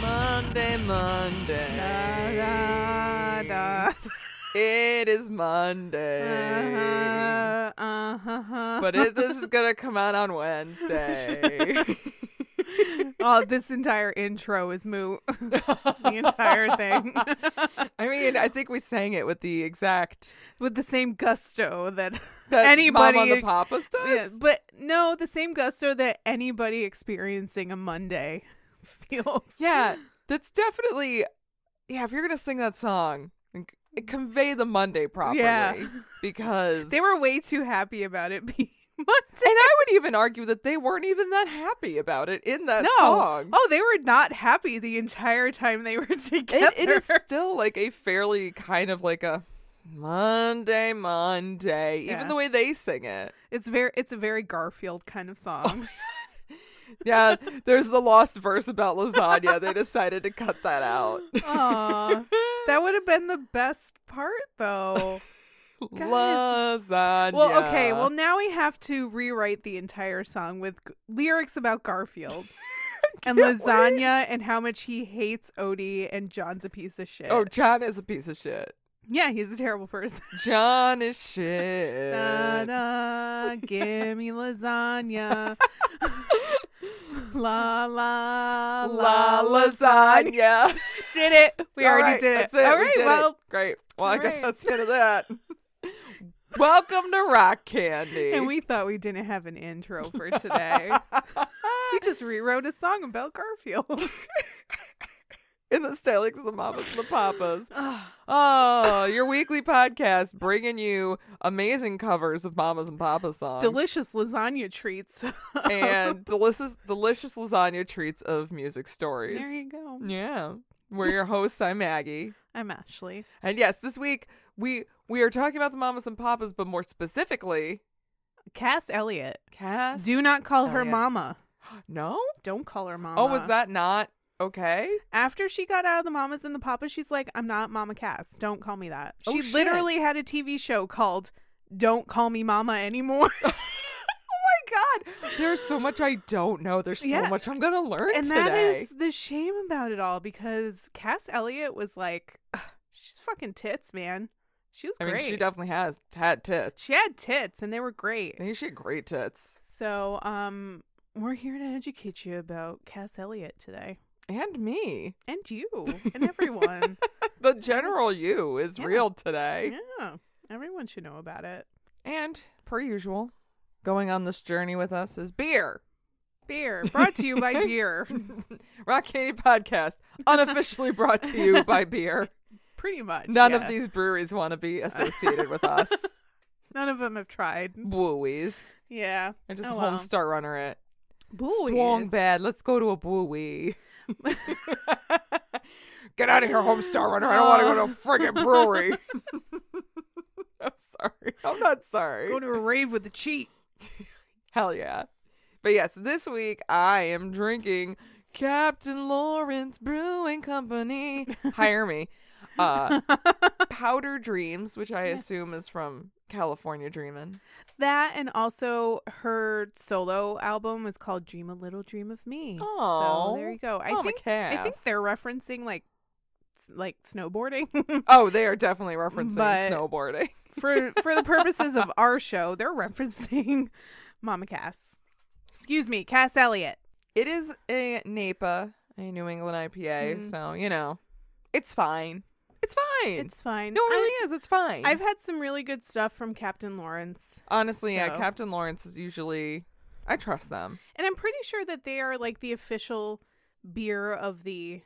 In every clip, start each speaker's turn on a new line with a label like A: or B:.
A: Monday, Monday. It is Monday.
B: Uh-huh.
A: But it, this is going to come out on Wednesday.
B: oh, this entire intro is moot. the entire thing.
A: I mean, I think we sang it with the exact
B: With the same gusto that,
A: that
B: anybody.
A: Mom on the Papas does.
B: Yeah, but no, the same gusto that anybody experiencing a Monday feels.
A: Yeah, that's definitely. Yeah, if you're gonna sing that song, and c- convey the Monday properly. because
B: They were way too happy about it being Monday.
A: and I would even argue that they weren't even that happy about it in that
B: no.
A: song.
B: Oh, they were not happy the entire time they were together.
A: It, it is still like a fairly kind of like a Monday, Monday, even
B: Yeah.
A: the way they sing it.
B: It's very it's a very Garfield kind of song.
A: Yeah, there's the lost verse about lasagna. They decided to cut that out.
B: Aw. That would have been the best part though.
A: lasagna.
B: Oh, Well, okay. Well, now we have to rewrite the entire song with g- lyrics about Garfield and lasagna and how much he hates Odie and John's a piece of shit.
A: oh, John is a piece of shit.
B: yeah, he's a terrible person.
A: John is shit.
B: da, da, give me lasagna. la la
A: La lasagna.
B: Did it? We
A: All
B: already
A: right,
B: did it.
A: That's it.
B: All
A: we
B: right.
A: did it.
B: well,
A: great. Well, I guess
B: Hooray.
A: that's the end of that. Welcome to Rock Candy.
B: and we thought we didn't have an intro for today. we just rewrote a song about Garfield.
A: in the Stalix, the Mamas, and the Papas. oh, your weekly podcast bringing you amazing covers of Mamas and Papas songs,
B: delicious lasagna treats.
A: and delicious, delicious lasagna treats of music stories.
B: there you go.
A: Yeah, we're your hosts. I'm Maggie.
B: I'm Ashley.
A: And yes, this week we we are talking about the mamas and papas, but more specifically,
B: Cass Elliot.
A: Cass.
B: Do not call her
A: Elliot.
B: mama.
A: no.
B: Don't call her mama.
A: Oh, was that not okay?
B: after she got out of the mamas and the papas? She's like, I'm not Mama Cass. Don't call me that.
A: Oh,
B: she
A: shit.
B: literally had a TV show called "Don't Call Me Mama Anymore,"
A: Oh my god, there's so much I don't know. There's so
B: Yeah.
A: much I'm gonna learn
B: and
A: today.
B: that is the shame about it all because Cass Elliot was like, "Ugh, she's fucking tits, man. She was
A: I
B: great.
A: mean, she definitely has had tits.
B: she had tits, and they were great.
A: I think she had great tits
B: So, um, we're here to educate you about Cass Elliot today.
A: and me.
B: And you and everyone.
A: The general you is
B: Yeah.
A: real today.
B: yeah. Everyone should know about it.
A: And per usual, going on this journey with us is beer.
B: Beer. Brought to you by beer.
A: Rock Candy Podcast, unofficially brought to you by beer.
B: Pretty much.
A: None
B: yeah.
A: of these breweries want to be associated with us.
B: None of them have tried.
A: Booies.
B: Yeah.
A: I just
B: oh,
A: home star runner it.
B: well.
A: Strong
B: Booey.
A: bad. Let's go to a buoy. Get out of here, home star runner. I don't want to go to a friggin' brewery. I'm sorry. I'm not sorry.
B: Go to a rave with a cheat.
A: Hell yeah. But yes, this week I am drinking Captain Lawrence Brewing Company. Hire me. Uh, Powder Dreams, which I
B: Yeah.
A: assume is from California Dreamin'.
B: That and also her solo album is called "Dream a Little Dream of Me."
A: Aw.
B: so there you go. I
A: Oh, my
B: think I think
A: calves.
B: they're referencing like s- like snowboarding
A: Oh, they are definitely referencing
B: But-
A: snowboarding.
B: for for the purposes of our show. They're referencing Mama Cass. Excuse me, Cass Elliot.
A: It is a NAPA, a New England IPA, so you know, it's fine. It's fine.
B: It's fine.
A: no, it
B: I-
A: really is. It's fine.
B: I've had some really good stuff from Captain Lawrence,
A: honestly, yeah.
B: so-
A: Captain Lawrence is usually I trust them.
B: and I'm pretty sure that they are like the official beer of the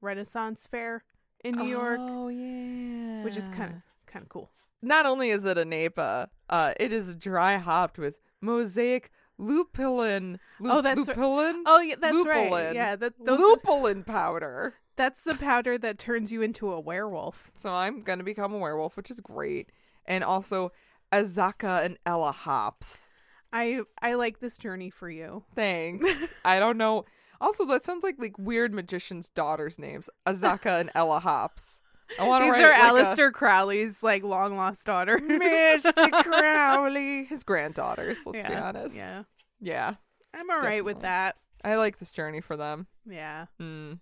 B: Renaissance Fair in New York,
A: Oh yeah.
B: which is kind of kind of cool.
A: not only is it a Napa, uh, it is dry hopped with mosaic lupulin. Lu-
B: Oh, that's right.
A: lupulin.
B: Oh, yeah, that's
A: lupulin.
B: right. Yeah, that those
A: lupulin powder.
B: that's the powder that turns you into a werewolf.
A: So I'm gonna become a werewolf, which is great. And also Azaka and Ella hops.
B: I I like this journey for you.
A: Thanks. I don't know. Also, that sounds like like weird magician's daughters' names. Azaka and Ella hops. I want to
B: These
A: write
B: are
A: like
B: Alistair Crowley's like long lost daughters.
A: a Mr. Crowley, his granddaughters. Let's be
B: Yeah,
A: honest.
B: Yeah.
A: yeah.
B: I'm all right with that.
A: I like this journey for them.
B: Yeah.
A: Mm.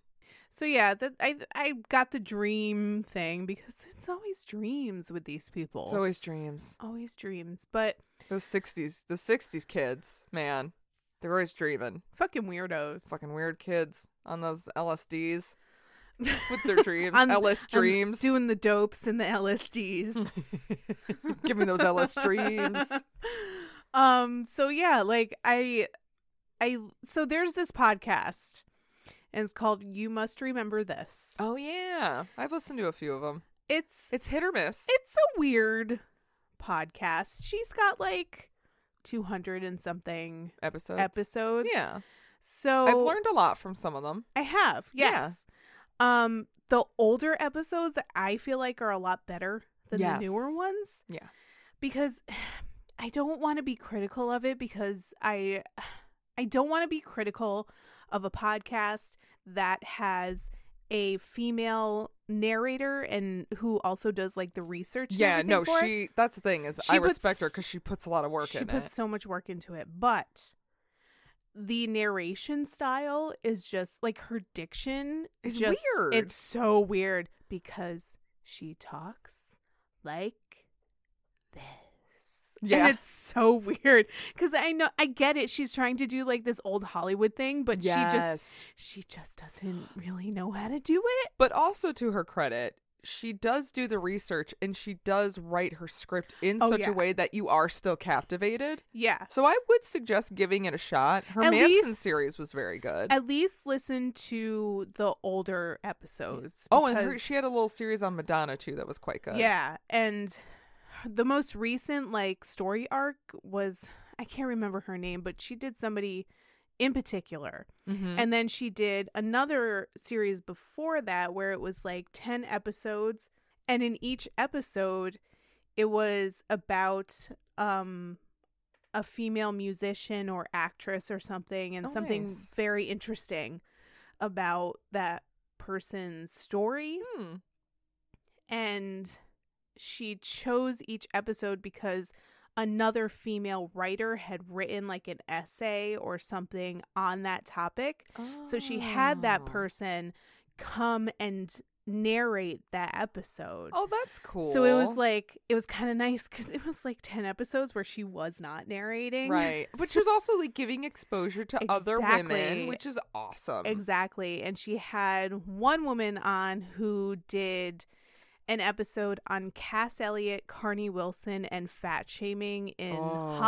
B: So yeah, that I I got the dream thing because it's always dreams with these people.
A: It's always dreams.
B: always dreams, but
A: Those sixties, those sixties kids, man, they're always dreaming.
B: fucking weirdos.
A: Fucking weird kids on those LSDs with their dreams.
B: On-
A: LS
B: on
A: dreams.
B: doing the dopes and the LSDs.
A: Give me those LS dreams.
B: um so yeah like i i so there's this podcast and it's called you must remember this
A: Oh yeah, I've listened to a few of them.
B: it's
A: It's hit or miss.
B: it's a weird podcast she's got like 200 and something
A: episodes.
B: episodes
A: Yeah,
B: so
A: I've learned a lot from some of them.
B: i have
A: Yeah.
B: yes um the older episodes i feel like are a lot better than
A: Yes.
B: the newer ones
A: Yeah.
B: because I don't want to be critical of it because I I don't want to be critical of a podcast that has a female narrator and who also does like the research. and
A: Yeah,
B: everything
A: no,
B: for it.
A: she. That's the thing is,
B: She
A: I
B: puts-
A: respect her because she puts a lot of work
B: she
A: in
B: puts
A: it.
B: so much work into it, but the narration style is just like her diction
A: It's
B: is just,
A: weird.
B: It's so weird because she talks like
A: Yeah,
B: And it's so weird because I know I get it. She's trying to do like this old Hollywood thing, but she just
A: Yes.
B: she just doesn't really know how to do it.
A: But also to her credit, she does do the research and she does write her script in
B: Oh,
A: such
B: yeah.
A: a way that you are still captivated.
B: Yeah.
A: So I would suggest giving it a shot. Her
B: At
A: Manson
B: least-
A: series was very good.
B: At least listen to the older episodes.
A: oh, and her,
B: because-
A: she had a little series on Madonna too that was quite good.
B: Yeah. And the most recent like story arc was I can't remember her name, but she did somebody in particular.
A: Mm-hmm.
B: And then she did another series before that where it was like 10 episodes and in each episode it was about um a female musician or actress or something and
A: Oh,
B: something
A: nice.
B: very interesting about that person's story
A: Hmm.
B: and she chose each episode because another female writer had written like an essay or something on that topic. So she had
A: Oh.
B: that person come and narrate that episode.
A: Oh, that's cool.
B: So it was like it was kind of nice cuz it was like 10 episodes where she was not narrating.
A: right, but she was also like giving exposure to other women,
B: Exactly.
A: which is awesome.
B: Exactly. And she had one woman on who did an episode on Cass Elliot, Carney Wilson, and fat shaming in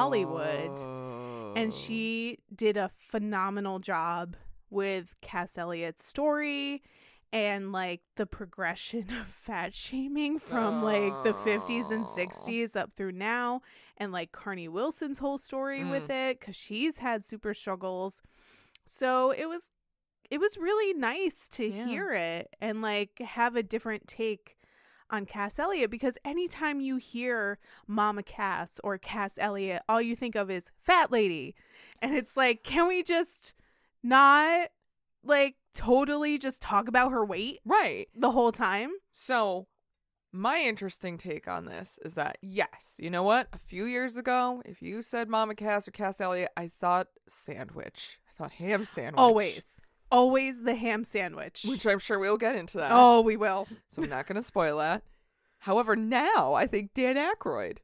B: Hollywood.
A: Oh.
B: And she did a phenomenal job with Cass Elliot's story and like the progression of fat shaming from like the 50s and
A: Oh.
B: 60s up through now and like Carney Wilson's whole story with it cuz she's had super struggles. So it was it was really nice to
A: Yeah.
B: hear it and like have a different take on Cass Elliot because anytime you hear Mama Cass or Cass Elliot, all you think of is fat lady. And it's like, can we just not like totally just talk about her weight
A: Oh. right.
B: the whole time?
A: So My interesting take on this is that, yes, you know what? A few years ago, if you said Mama Cass or Cass Elliot, I thought sandwich. I thought ham sandwich.
B: Always. Always the ham sandwich.
A: Which uh, I'm sure we'll get into that.
B: oh, we will.
A: So I'm not going to spoil that. However, now I think Dan Aykroyd.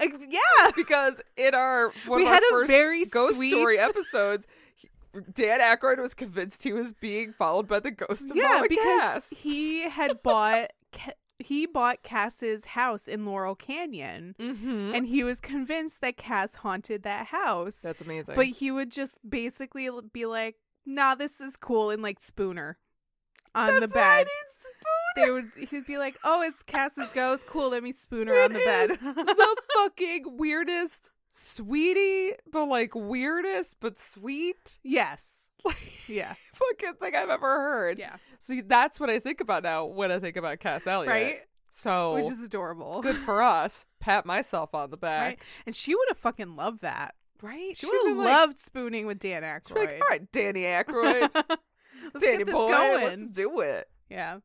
B: Like, yeah.
A: Because in our one
B: We
A: of our
B: had a
A: first
B: very
A: ghost
B: sweet-
A: story episodes, he- Dan Aykroyd was convinced he was being followed by the ghost of
B: Yeah,
A: Mama
B: because
A: Cass.
B: he had bought Ca- he bought Cass's house in Laurel Canyon,
A: Mm-hmm.
B: and he was convinced that Cass haunted that house.
A: That's amazing.
B: but he would just basically l- be like, "Nah, this is cool," and like spooner on the
A: That's why I
B: bed.
A: need
B: They would he would be like, "Oh, it's Cass's ghost. Cool, let me spooner on the
A: It is
B: bed."
A: the fucking weirdest, sweetie, but like weirdest, but sweet
B: yes. Yeah.
A: fucking thing I've ever heard.
B: Yeah.
A: So that's what I think about now when I think about Cass Elliot.
B: Right?
A: So
B: Which is adorable.
A: Oh, good for us. Pat myself on the
B: Right?
A: back.
B: And she would have fucking loved that.
A: Right? She'd
B: She, would have
A: been like-
B: loved spooning with Dan
A: she'd
B: Aykroyd.
A: be like, all right, Danny Aykroyd.
B: Let's
A: Danny
B: get this
A: boy,
B: going.
A: let's do it.
B: Yeah.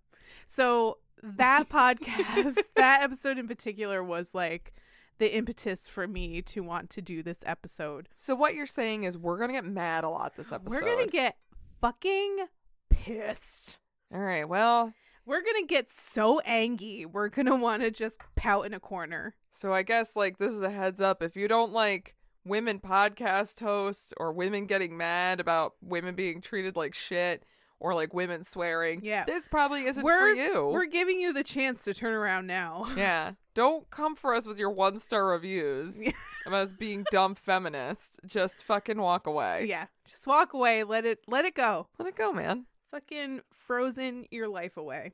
B: So that podcast, that episode in particular was like the impetus for me to want to do this episode.
A: So what you're saying is we're gonna get mad a lot this episode.
B: We're going to get fucking pissed.
A: all right. Well,
B: We're going to get so angry. We're going to want to just pout in a corner.
A: So I guess like this is a heads up if you don't like women podcast hosts or women getting mad about women being treated like shit or like women swearing.
B: Yeah.
A: This probably isn't
B: we're,
A: for you.
B: We're giving you the chance to turn around now.
A: yeah. Don't come for us with your one star reviews
B: Yeah.
A: about us being dumb feminists. Just fucking walk away.
B: yeah. Just walk away. Let it let it go.
A: Let it go, man.
B: Fucking frozen your life away.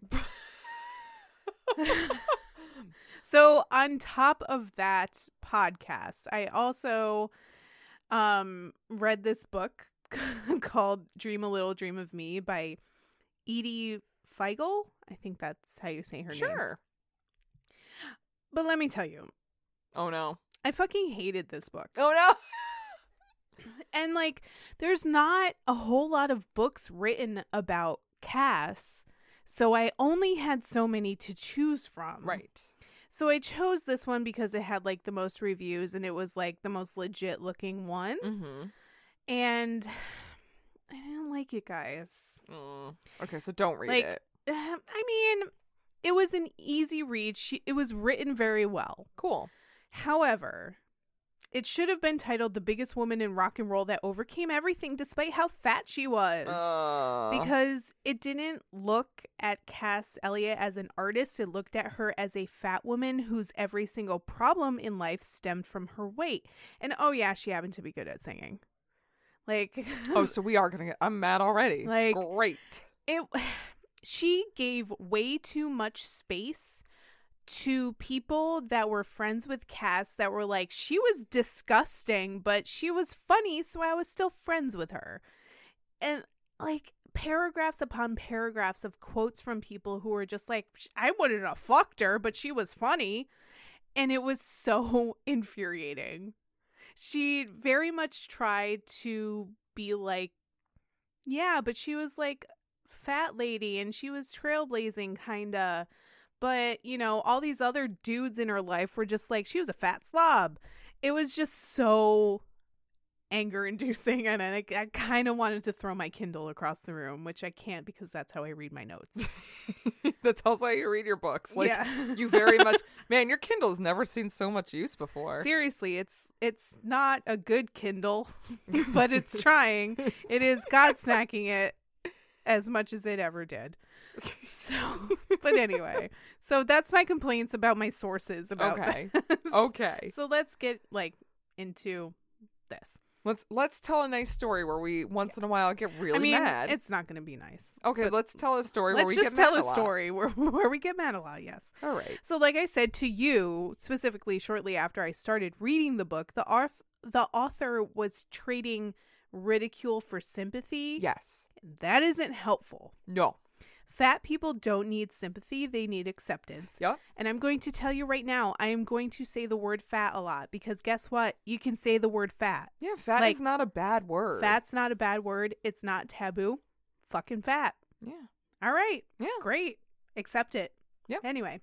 B: so on top of that podcast, I also um read this book called Dream a Little Dream of Me by Edie Feigl. I think that's how you say her name.
A: sure.
B: But let me tell you,
A: Oh no.
B: I fucking hated this book.
A: Oh
B: And like, there's not a whole lot of books written about Cass, so I only had so many to choose from.
A: no. Right.
B: So I chose this one because it had like the most reviews and it was like the most legit looking one.
A: Mm-hmm.
B: And I didn't like it, guys.
A: Mm. Okay, so don't read
B: Like-
A: it.
B: Um, I mean, it was an easy read. She, it was written very well.
A: Cool.
B: However, it should have been titled The Biggest Woman in Rock and Roll That Overcame Everything Despite How Fat She Was.
A: Uh,
B: because it didn't look at Cass Elliot as an artist. It looked at her as a fat woman whose every single problem in life stemmed from her weight. And oh yeah, she happened to be good at singing. Like
A: Oh, so we are gonna get I'm mad already.
B: Like-
A: great.
B: it she gave way too much space to people that were friends with Cass that were like she was disgusting but she was funny so I was still friends with her and like paragraphs upon paragraphs of quotes from people who were just like "Sh- I wouldn't have fucked her but she was funny and it was so infuriating she very much tried to be like yeah but she was like fat lady and she was trailblazing kinda but you know all these other dudes in her life were just like she was a fat slob it was just so anger inducing and i, I kind of wanted to throw my kindle across the room which i can't because that's how i read my notes
A: That's also how you read your books. Like
B: Yeah.
A: you very much man, your Kindle's never seen so much use before.
B: seriously it's it's not a good kindle but it's trying it is god snacking it as much as it ever did so but anyway so that's my complaints about my sources about
A: Okay.
B: this.
A: Okay.
B: so let's get like into this
A: Let's let's tell a nice story where we once in a while get really
B: i mean
A: mad.
B: it's not going to be nice
A: okay, let's tell a story where
B: let's
A: we
B: just
A: get mad
B: tell a
A: lot.
B: story where, where we get mad a lot yes
A: All right.
B: So, like I said to you specifically, shortly after I started reading the book, the arf- the author was trading ridicule for sympathy.
A: Yes.
B: that isn't helpful.
A: No.
B: Fat people don't need sympathy; they need acceptance.
A: Yep.
B: And I'm going to tell you right now, I am going to say the word fat a lot because guess what? You can say the word fat.
A: Yeah, fat
B: Like,
A: is not a bad word.
B: Fat's not a bad word. It's not taboo. Fucking fat.
A: Yeah.
B: All right.
A: Yeah.
B: Great. Accept it.
A: Yep.
B: Anyway.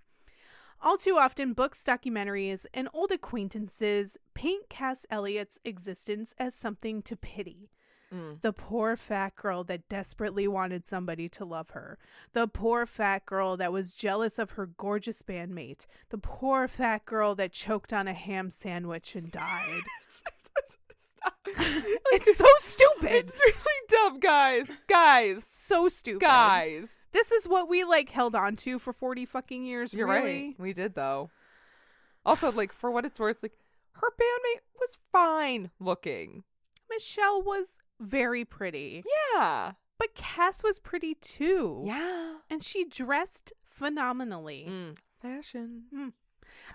B: All too often, books, documentaries, and old acquaintances paint Cass Elliot's existence as something to pity.
A: Mm.
B: The poor fat girl that desperately wanted somebody to love her. The poor fat girl that was jealous of her gorgeous bandmate. The poor fat girl that choked on a ham sandwich and died. it's so stupid.
A: It's really dumb, guys. Guys.
B: so stupid.
A: Guys.
B: This is what we like held on to for 40 fucking years.
A: You're
B: really.
A: right. We did though. Also, like for what it's worth, like her bandmate was fine looking.
B: Michelle was very pretty.
A: Yeah.
B: But Cass was pretty too.
A: Yeah.
B: And she dressed phenomenally.
A: Mm. Fashion.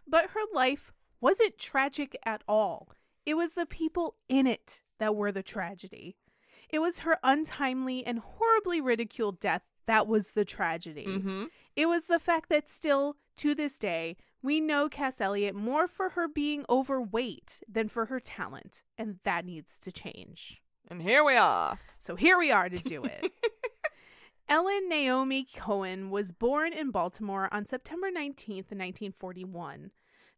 B: But her life wasn't tragic at all. It was the people in it that were the tragedy. It was her untimely and horribly ridiculed death that was the tragedy.
A: Mm-hmm.
B: It was the fact that still, to this day, we know Cass Elliot more for her being overweight than for her talent, and that needs to change.
A: And here we are.
B: So here we are to do it. Ellen Naomi Cohen was born in Baltimore on September 19th, 1941.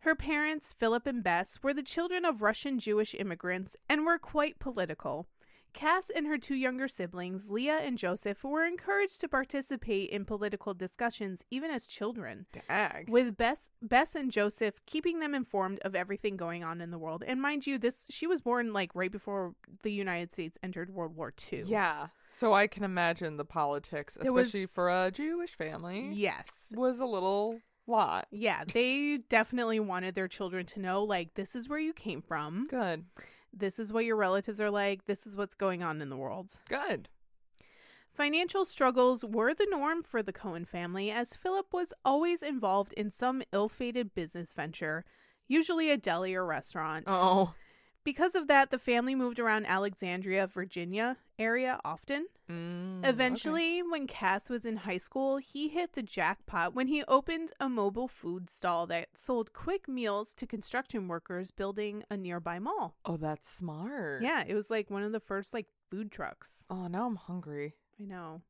B: Her parents, Philip and Bess, were the children of Russian Jewish immigrants and were quite political. Cass and her two younger siblings, Leah and Joseph, were encouraged to participate in political discussions even as children
A: Dag.
B: with Bess, Bess and Joseph keeping them informed of everything going on in the world. And mind you, this she was born like right before the United States entered World War II.
A: Yeah. So I can imagine the politics,
B: There was-
A: especially for a Jewish family,
B: Yes.
A: was a little lot.
B: Yeah, they definitely wanted their children to know like this is where you came from.
A: Good.
B: This is what your relatives are like. This is what's going on in the world.
A: Good.
B: Financial struggles were the norm for the Cohen family as Philip was always involved in some ill-fated business venture, usually a deli or restaurant.
A: Oh.
B: Because of that, the family moved around Alexandria, Virginia area often.
A: Mm,
B: Eventually, when Cass was in high school, he hit the jackpot when he opened a mobile food stall that sold quick meals to construction workers building a nearby mall.
A: okay. Oh, that's smart.
B: Yeah, it was like one of the first like food trucks.
A: Oh, now I'm hungry.
B: I know.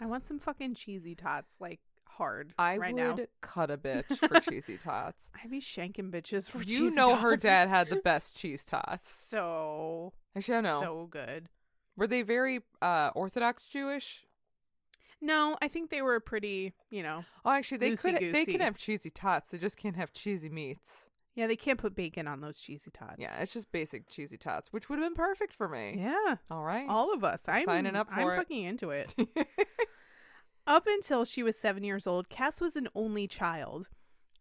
B: I want some fucking cheesy tots like hard
A: I
B: right now.
A: would cut a bitch for cheesy tots.
B: I be shanking bitches for
A: you
B: cheesy
A: know her
B: tots.
A: dad had the best cheese tots.
B: so
A: Actually, I don't know.
B: so good.
A: Were they very uh, Orthodox Jewish?
B: No, I think they were pretty, you know,
A: Oh, actually, they could they
B: Loosey-goosey.
A: can have cheesy tots. They just can't have cheesy meats.
B: Yeah, they can't put bacon on those cheesy tots.
A: Yeah, it's just basic cheesy tots, which would have been perfect for me.
B: Yeah.
A: All right.
B: All of us. I'm
A: Signing up
B: I'm
A: for it.
B: fucking into it. Up until she was seven years old, Cass was an only child.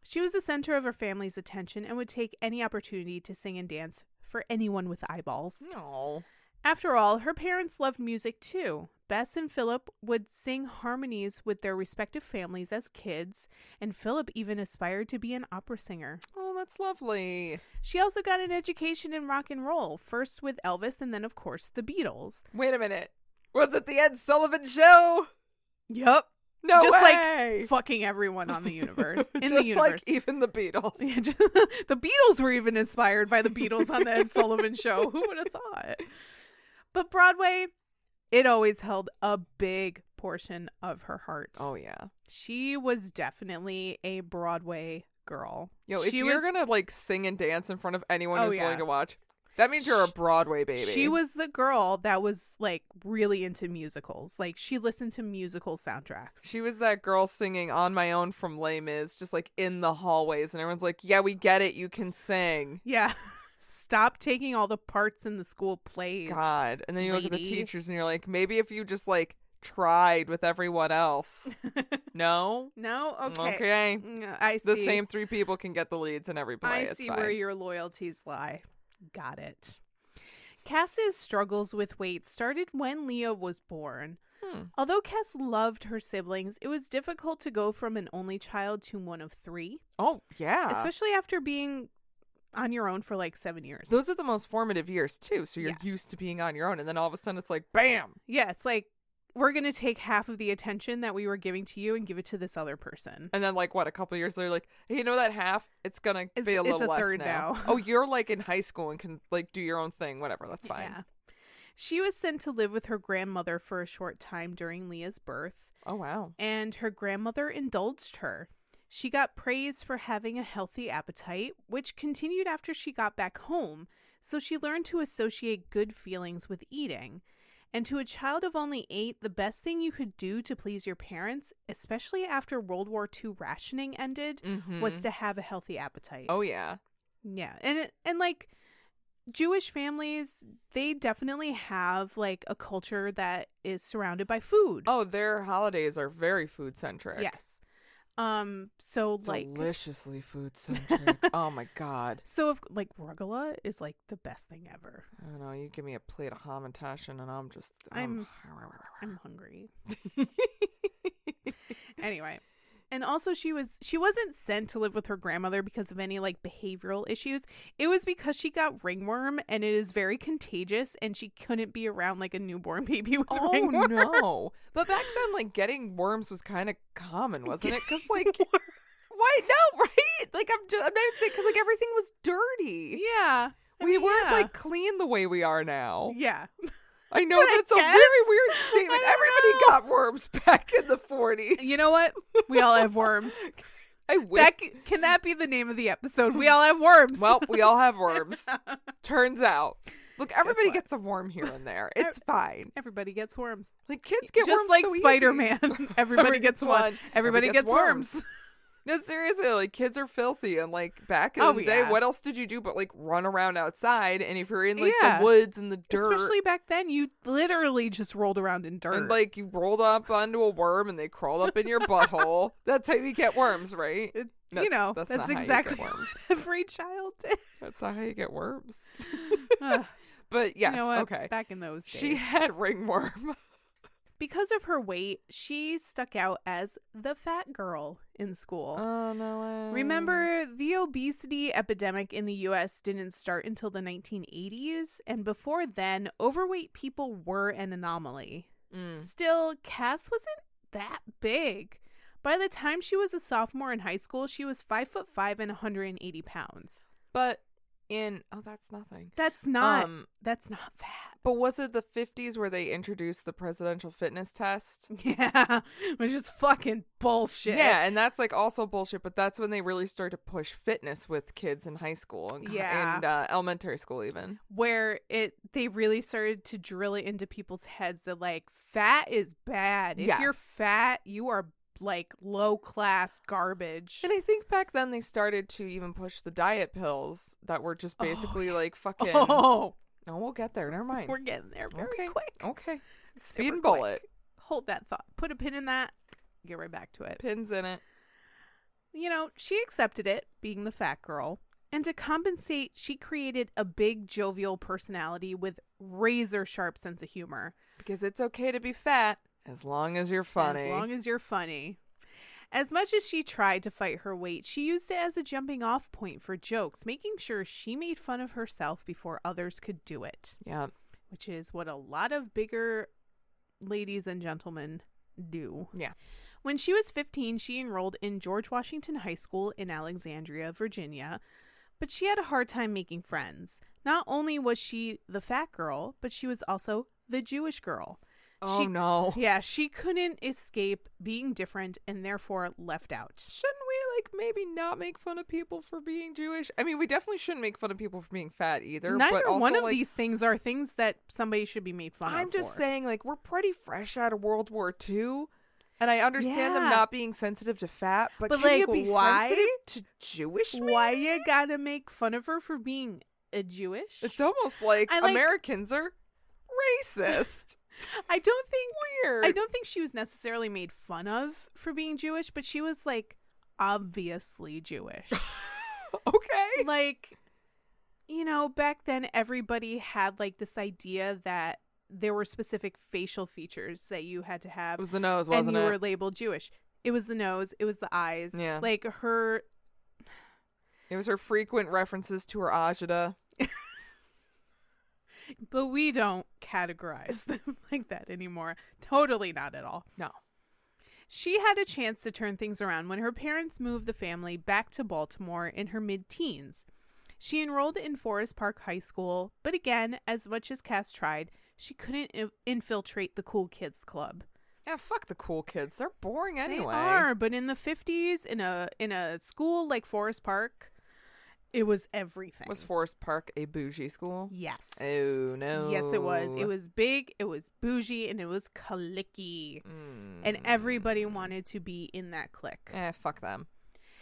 B: She was the center of her family's attention and would take any opportunity to sing and dance for anyone with eyeballs.
A: Mm. No.
B: After all, her parents loved music too. Bess and Philip would sing harmonies with their respective families as kids, and Philip even aspired to be an opera singer.
A: Oh, that's lovely.
B: She also got an education in rock and roll, first with Elvis and then, of course, the Beatles.
A: Wait a minute. Was it the Ed Sullivan show?
B: Yep.
A: No
B: just
A: way!
B: like fucking everyone on the universe. In
A: just
B: the universe.
A: like even the Beatles.
B: Yeah, just- the Beatles were even inspired by the Beatles on the Ed Sullivan show. Who would have thought? But Broadway, it always held a big portion of her heart.
A: Oh yeah.
B: She was definitely a Broadway girl.
A: Yo, if
B: she
A: you're
B: was,
A: gonna like sing and dance in front of anyone
B: Oh,
A: who's
B: yeah.
A: willing to watch, that means you're a
B: Sh-
A: Broadway baby.
B: She was the girl that was like really into musicals. Like she listened to musical soundtracks.
A: She was that girl singing on my own from Les Mis, just like in the hallways, and everyone's like, "Yeah, we get it. You can sing."
B: Yeah. Stop taking all the parts in the school plays.
A: God, and then you look at the
B: lady.
A: teachers, and you're like, "Maybe if you just like tried with everyone else." no,
B: No, okay.
A: Okay.
B: Mm, I see.
A: the same three people can get the leads in every play.
B: I
A: It's
B: see
A: fine.
B: where your loyalties lie. Got it. Cass's struggles with weight started when Leah was born.
A: Hmm.
B: Although Cass loved her siblings, it was difficult to go from an only child to one of three,
A: Oh yeah,
B: especially after being on your own for like seven years.
A: those are the most formative years too. So you're
B: Yes.
A: used to being on your own, and then all of a sudden it's like, "Bam!"
B: yeah, it's like we're going to take half of the attention that we were giving to you and give it to this other person.
A: And then like what? A couple years later, like hey, you know that half, it's gonna
B: It's-
A: be a
B: it's
A: little
B: a
A: less
B: third now.
A: oh, you're like in high school and can like do your own thing. Whatever, that's fine.
B: Yeah. She was sent to live with her grandmother for a short time during Leah's birth.
A: Oh wow.
B: and her grandmother indulged her. She got praised for having a healthy appetite, which continued after she got back home, so she learned to associate good feelings with eating. And to a child of only eight, the best thing you could do to please your parents, especially after World War II rationing ended, was to have a healthy appetite.
A: Oh yeah.
B: Yeah, and it- and like Jewish families, they definitely have like a culture that is surrounded by food.
A: Oh, their holidays are very food centric.
B: yes. Um. So like,
A: Deliciously food centric. oh my god.
B: so if like rugula is like the best thing ever.
A: I don't know. You give me a plate of hamantaschen, and I'm just
B: I'm- I'm hungry. anyway, and also she was she wasn't sent to live with her grandmother because of any like behavioral issues. It was because she got ringworm and it is very contagious, and she couldn't be around like a newborn baby with
A: Oh
B: ringworm.
A: no! But back then, like getting worms was kind of common, wasn't it? Because like, why no? Right? Like I'm just I'm not even saying because like everything was dirty.
B: Yeah. I
A: we
B: mean,
A: weren't
B: yeah.
A: like clean the way we are now.
B: Yeah.
A: I know
B: But I
A: that's a
B: guess.
A: very weird
B: I
A: statement.
B: don't
A: Everybody
B: know.
A: got worms back in the 40s.
B: You know what? We all have worms.
A: I wish.
B: That c- can that be the name of the episode? We all have worms.
A: well, we all have worms. Turns out. Look, everybody
B: what?
A: gets a worm here and there. It's fine.
B: everybody gets worms.
A: Like kids get
B: Just
A: worms
B: like
A: so easy.
B: Spider-Man. Everybody gets one. Everybody gets worms.
A: No, seriously, like kids are filthy, and like back in
B: Oh,
A: the
B: yeah.
A: day, what else did you do but like run around outside? And if you're in like
B: Yeah.
A: the woods and the dirt,
B: Especially back then, you literally just rolled around in dirt.
A: and like you rolled up onto a worm and they crawled up in your butthole, that's how you get worms, right?
B: you
A: That's-
B: know,
A: that's,
B: that's,
A: not how you get
B: exactly what
A: worms.
B: every child did.
A: That's not how you get worms.
B: Ugh,
A: But yes,
B: you know what?
A: okay.
B: Back in those days,
A: she had ringworm.
B: because of her weight, she stuck out as the fat girl in school.
A: Oh no!
B: Remember,
A: Um.
B: the obesity epidemic in the US didn't start until the 1980s, and before then, overweight people were an anomaly.
A: Mm.
B: Still, Cass wasn't that big. By the time she was a sophomore in high school, she was five foot five and 180 pounds.
A: but in oh, that's nothing.
B: That's not
A: Um,
B: that's not fat.
A: But was it the 50s where they introduced the presidential fitness test?
B: Yeah, which is fucking bullshit.
A: Yeah, and that's like also bullshit, but that's when they really start to push fitness with kids in high school and, co-
B: Yeah.
A: and uh, elementary school, even.
B: where it they really started to drill it into people's heads that like fat is bad. If you're
A: Yes.
B: fat, you are like low class garbage.
A: And I think back then they started to even push the diet pills that were just basically like fucking.
B: oh,
A: No, we'll get there. Never mind.
B: we're getting there very
A: okay.
B: quick.
A: Okay. Speed
B: Super
A: and
B: quick.
A: bullet.
B: Hold that thought. Put a pin in that. Get right back to it.
A: Pins in it.
B: You know, she accepted it, being the fat girl. And to compensate, she created a big, jovial personality with razor sharp sense of humor.
A: Because it's okay to be fat as long as you're funny.
B: As long as you're funny. As much as she tried to fight her weight, she used it as a jumping off point for jokes, making sure she made fun of herself before others could do it,
A: yeah.
B: which is what a lot of bigger ladies and gentlemen do.
A: Yeah.
B: When she was 15, she enrolled in George Washington High School in Alexandria, Virginia, but she had a hard time making friends. Not only was she the fat girl, but she was also the Jewish girl.
A: Oh,
B: She-
A: no.
B: Yeah, she couldn't escape being different and therefore left out.
A: shouldn't we like maybe not make fun of people for being Jewish? I mean, we definitely shouldn't make fun of people for being fat either.
B: Neither
A: but also,
B: one of
A: like,
B: these things are things that somebody should be made fun of.
A: I'm just
B: for.
A: saying, like, we're pretty fresh out of World War II, and I understand them
B: Yeah.
A: not being sensitive to fat, but,
B: But,
A: can you
B: like,
A: be
B: why?
A: sensitive to Jewish?
B: Why
A: maybe?
B: you gotta make fun of her for being a Jewish?
A: It's almost like,
B: I like-
A: Americans are racist.
B: I don't think
A: Weird.
B: I don't think she was necessarily made fun of for being Jewish, but she was like obviously Jewish.
A: okay.
B: like you know back then everybody had like this idea that there were specific facial features that you had to have
A: It was the nose, wasn't
B: and you
A: it?
B: were labeled jewish it was the nose it was the eyes
A: Yeah.
B: like her
A: it was her frequent references to her ajita.
B: but we don't categorize them like that anymore totally not at all
A: No.
B: She had a chance to turn things around when her parents moved the family back to Baltimore in her mid teens. She enrolled in Forest Park High School, but again, as much as Cass tried, she couldn't i- infiltrate the cool kids club.
A: Yeah, fuck the cool kids. They're boring anyway.
B: They are, but in the fifties, in a in a school like Forest Park, it was everything.
A: Was Forest Park a bougie school?
B: yes.
A: Oh no.
B: Yes, it was. It was big, it was bougie, and it was clicky. And
A: Mm.
B: everybody wanted to be in that clique.
A: Eh, fuck them.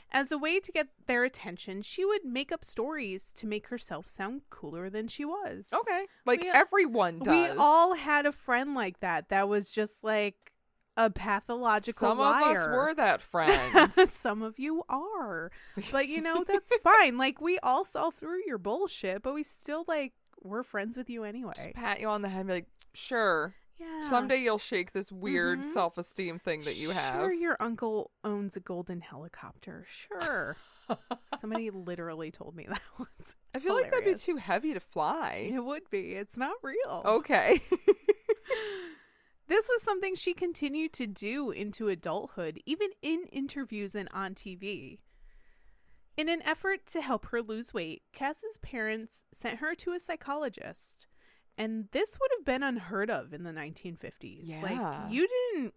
B: As a way to get their attention, she would make up stories to make herself sound cooler than she was.
A: Okay, like
B: We- uh,
A: everyone does.
B: We all had a friend like that that was just like a pathological
A: Some
B: liar.
A: of us were that friend.
B: Some of you are. But you know, that's fine. Like we all saw through your bullshit, but we still like we're friends with you anyway.
A: Just pat you on the head and be like, "Sure,
B: yeah.
A: someday you'll shake this weird
B: Mhm.
A: self-esteem thing that you have."
B: Sure your uncle owns a golden helicopter. Sure. Somebody literally told me that once.
A: I feel like that'd be
B: Hilarious.
A: too Oh, heavy to fly.
B: It would be. It's not real.
A: Okay.
B: This was something she continued to do into adulthood, even in interviews and on TV. In an effort to help her lose weight, Cass's parents sent her to a psychologist. And this would have been unheard of in the 1950s.
A: Yeah.
B: Like, you didn't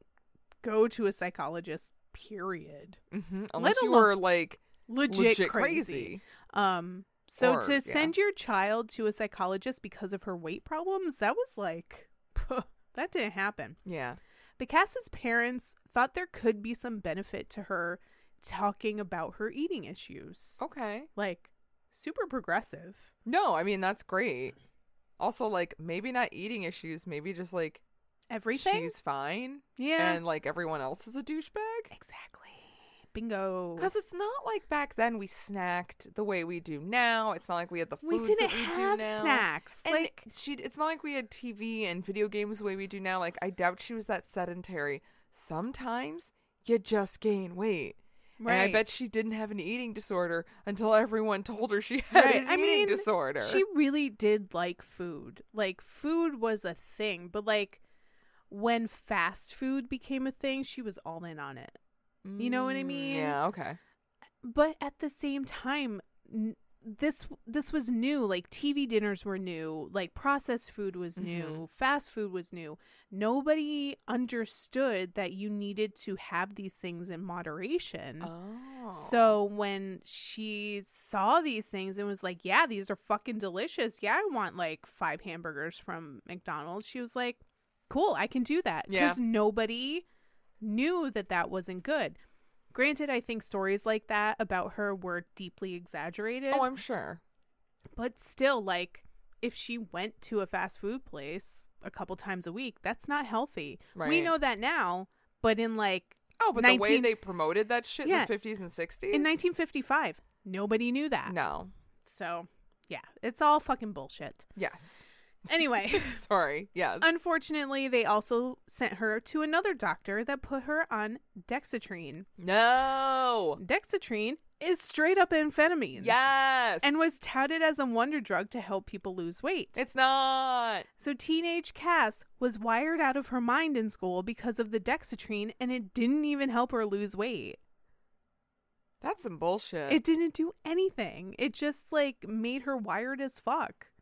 B: go to a psychologist, period.
A: hmm Unless you
B: alone-
A: were like
B: Legit,
A: legit
B: crazy. Um, so
A: Or-
B: to
A: yeah.
B: send your child to a psychologist because of her weight problems, that was like, that didn't happen.
A: Yeah.
B: But Cass's parents thought there could be some benefit to her talking about her eating issues.
A: Okay.
B: Like, super progressive.
A: No, I mean that's great. Also, like maybe not eating issues, maybe just like
B: Everything?
A: she's fine.
B: Yeah.
A: and like everyone else is a douchebag.
B: exactly. Bingo.
A: Because it's not like back then we snacked the way we do now. It's not like we had the
B: We
A: foods
B: didn't
A: that we
B: have
A: do now.
B: snacks,
A: And
B: like-
A: she, it's not like we had TV and video games the way we do now. Like I doubt she was that sedentary. Sometimes you just gain weight. And I
B: Right.
A: bet she didn't have an eating disorder until everyone told her she had an eating disorder.
B: She really did like food. Like, food was a thing, but like, when fast food became a thing, she was all in on it. you know what I
A: Mm,
B: mean?
A: Yeah. Okay.
B: but at the same time n- this this was new like tv dinners were new like processed food was
A: Mm-hmm.
B: new fast food was new nobody understood that you needed to have these things in moderation
A: Oh.
B: so when she saw these things and was like yeah these are fucking delicious yeah i want like five hamburgers from mcdonald's she was like cool i can do that
A: Yeah.
B: because nobody knew that that wasn't good Granted, I think stories like that about her were deeply exaggerated.
A: Oh, I'm sure.
B: but still, like, if she went to a fast food place a couple times a week, that's not healthy. We
A: Right.
B: know that now, but in like
A: Oh, but the way
B: 19
A: they promoted that shit in
B: Yeah.
A: the 50s and 60s?
B: in 1955, nobody knew that.
A: No.
B: So, yeah, it's all fucking bullshit.
A: Yes.
B: Anyway.
A: Sorry. Yes.
B: Unfortunately, they also sent her to another doctor that put her on dexatrine.
A: no.
B: Dexatrine is straight up amphetamines.
A: Yes.
B: and was touted as a wonder drug to help people lose weight.
A: It's not.
B: so teenage Cass was wired out of her mind in school because of the dexatrine and it didn't even help her lose weight.
A: That's some bullshit.
B: It didn't do anything. It just like made her wired as fuck.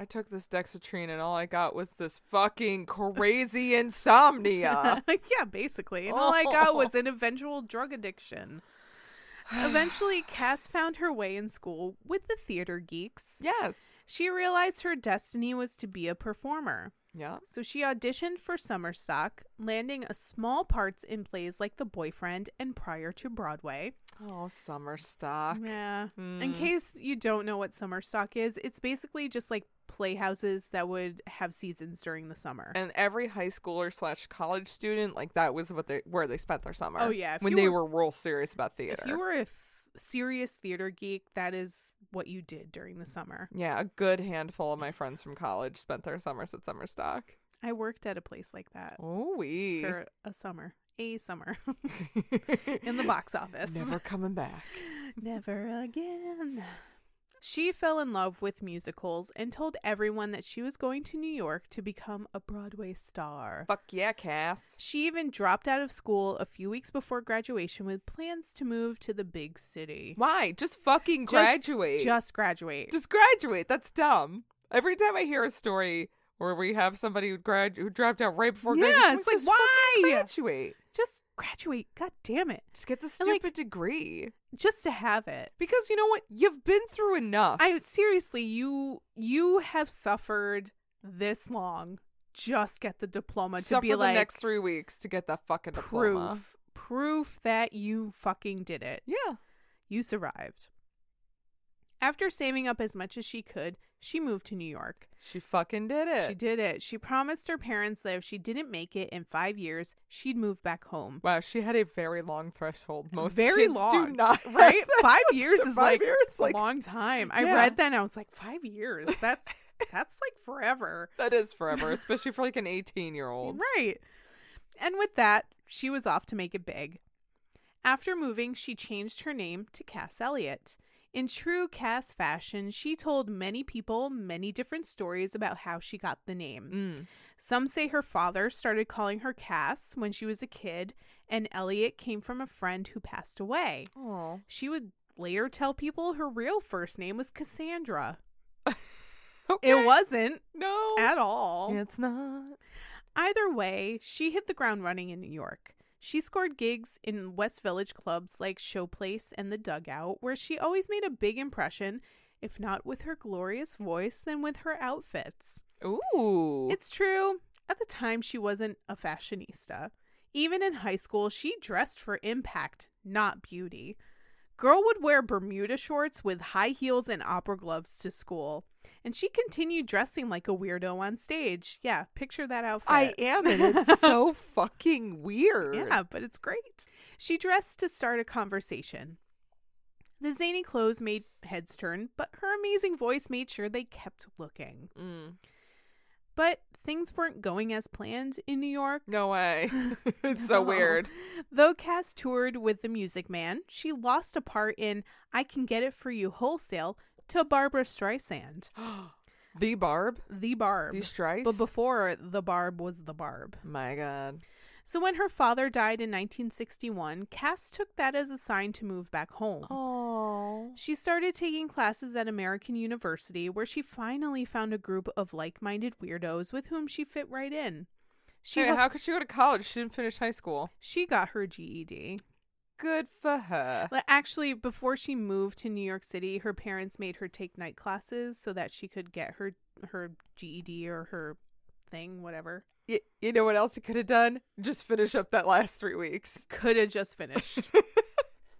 A: I took this Dexatrine and all I got was this fucking crazy insomnia.
B: yeah, basically. And all I got was an eventual drug addiction. Eventually, Cass found her way in school with the theater geeks.
A: yes.
B: She realized her destiny was to be a performer.
A: Yeah.
B: So she auditioned for summer stock, landing a small parts in plays like The Boyfriend and Prior to Broadway.
A: Oh, summer stock.
B: Yeah. In case you don't know what summer stock is, it's basically just like playhouses that would have seasons during the summer.
A: And every high schooler slash college student, like that was what they where they spent their summer.
B: Oh, yeah, if
A: when
B: you
A: they
B: were-
A: were real serious about theater.
B: if you were a f- serious theater geek, that is what you did during the summer.
A: Yeah, a good handful of my friends from college spent their summers at summer stock.
B: I worked at a place like that
A: Oh, we
B: for a summer, a summer in the box office.
A: never coming back.
B: Never again. She fell in love with musicals and told everyone that she was going to New York to become a Broadway star.
A: Fuck yeah, Cass.
B: She even dropped out of school a few weeks before graduation with plans to move to the big city.
A: Why? Just fucking
B: Just-
A: graduate.
B: Just, graduate.
A: Just graduate. That's dumb. Every time I hear a story where we have somebody who grad who dropped out right before
B: Yeah,
A: graduation.
B: it's
A: We
B: like,
A: just fucking
B: why?
A: graduate?
B: Just graduate. God damn it.
A: Just get the
B: And, like-
A: stupid degree.
B: Just to have it.
A: Because you know what? You've been through enough.
B: I seriously, you you have suffered this long. Just get the diploma
A: suffer
B: to be
A: the
B: like
A: next three weeks to get that fucking
B: proof,
A: diploma.
B: proof that you fucking did it.
A: Yeah.
B: You survived. After saving up as much as she could, she moved to New York.
A: She fucking did it.
B: She did it. She promised her parents that if she didn't make it in five years, she'd move back home.
A: Wow, she had a very long threshold. Most
B: Very
A: kids
B: long,
A: do not,
B: right?
A: have
B: Five
A: those
B: years
A: to
B: is
A: five
B: like
A: years. Like,
B: a long time. I
A: Yeah.
B: read that and I was like, five years. That's that's like forever,
A: That is forever, especially for like an eighteen-year-old.
B: right? And with that, she was off to make it big. After moving, she changed her name to Cass Elliot. In true Cass fashion, she told many people many different stories about how she got the name.
A: Mm.
B: Some say her father started calling her Cass when she was a kid, and Elliot came from a friend who passed away.
A: Oh,
B: She would later tell people her real first name was Cassandra.
A: okay.
B: It wasn't
A: no.
B: at all.
A: It's not.
B: Either way, she hit the ground running in New York. She scored gigs in West Village clubs like Showplace and The Dugout, where she always made a big impression, if not with her glorious voice, then with her outfits.
A: Ooh,
B: It's true. At the time, she wasn't a fashionista. Even in high school, she dressed for impact, not beauty. Girl would wear Bermuda shorts with high heels and opera gloves to school. And she continued dressing like a weirdo on stage. Yeah, picture that outfit.
A: I am, and it's so fucking weird.
B: Yeah, but it's great. She dressed to start a conversation. The zany clothes made heads turn, but her amazing voice made sure they kept looking.
A: Mm.
B: But things weren't going as planned in New York.
A: No way. it's so
B: No.
A: weird.
B: Though Cass toured with the Music Man, she lost a part in I Can Get It For You Wholesale to Barbara Streisand,
A: The Barb,
B: the Barb.
A: the Strice.
B: But before, the Barb was the Barb.
A: my God,
B: So when her father died in 1961, Cass took that as a sign to move back home.
A: oh,
B: She started taking classes at American University, where she finally found a group of like minded weirdos with whom she fit right in. She,
A: she.
B: hel-
A: how could she go to college? She didn't finish high school.
B: she got her GED.
A: Good for her.
B: But actually, before she moved to New York City, her parents made her take night classes so that she could get her her GED or her thing, whatever.
A: Y- you know what else you could have done? Just finish up that last three weeks.
B: Could have just finished.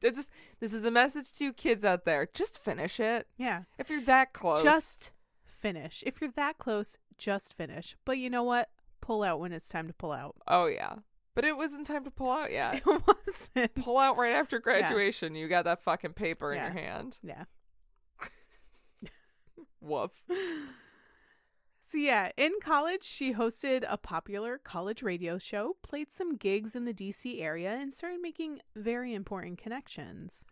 A: It's just this is a message to you kids out there. Just finish it.
B: yeah.
A: If you're that close,
B: Just finish. If you're that close, just finish. But you know what? Pull out when it's time to pull out.
A: oh yeah. But it wasn't time to pull out yet.
B: It wasn't.
A: pull out right after graduation. You got that fucking paper in
B: Yeah.
A: your hand.
B: Yeah.
A: Woof.
B: So, yeah, in college, she hosted a popular college radio show, played some gigs in the DC area, and started making very important connections.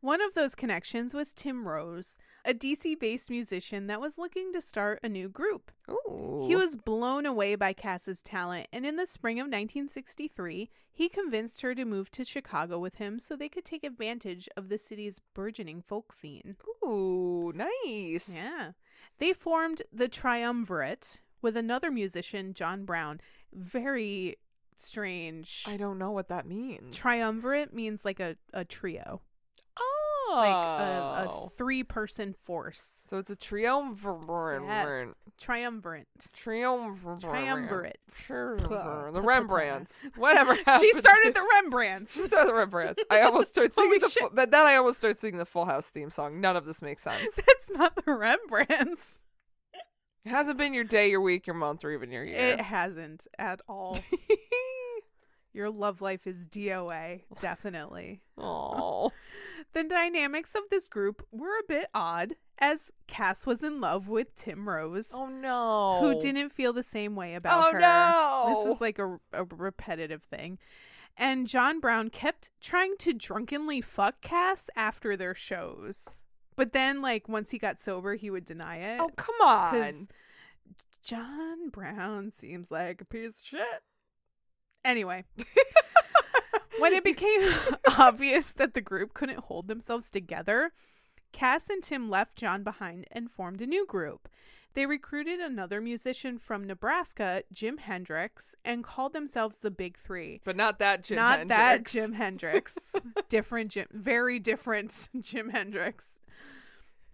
B: One of those connections was Tim Rose, a DC based musician that was looking to start a new group.
A: Ooh.
B: He was blown away by Cass's talent, and in the spring of 1963, he convinced her to move to Chicago with him so they could take advantage of the city's burgeoning folk scene.
A: Ooh, nice.
B: Yeah. They formed the Triumvirate with another musician, John Brown. Very strange.
A: I don't know what that means.
B: Triumvirate means like a, a trio,
A: Oh.
B: like a, a three person force.
A: so it's a triumvirate.
B: Yeah. Triumvirate.
A: Triumvirate.
B: Triumvirate. Puh,
A: Triumvirate.
B: puh,
A: The
B: puh,
A: Rembrandts. Whatever.
B: She
A: happened to-
B: started the
A: She
B: Rembrandts.
A: started the Rembrandts. I almost started singing
B: Holy
A: the
B: shit.
A: full, but then I almost started singing the Full House theme song. None of this makes sense.
B: That's not the Rembrandts.
A: It hasn't been your day, your week, your month, or even your year.
B: It hasn't at all. Your love life is DOA, definitely.
A: Oh.
B: The dynamics of this group were a bit odd, as Cass was in love with Tim Rose,
A: Oh no.
B: who didn't feel the same way about
A: Oh,
B: her.
A: no.
B: This is like a, a repetitive thing. And John Brown kept trying to drunkenly fuck Cass after their shows. But then, like, once he got sober, he would deny it.
A: Oh come on.
B: 'cause John Brown seems like a piece of shit. Anyway, when it became obvious that the group couldn't hold themselves together, Cass and Tim left John behind and formed a new group. They recruited another musician from Nebraska, Jim Hendrix, and called themselves the Big Three.
A: But not that Jim
B: Not that
A: Hendrix.
B: Jim Hendrix. different Jim, very different Jim Hendrix.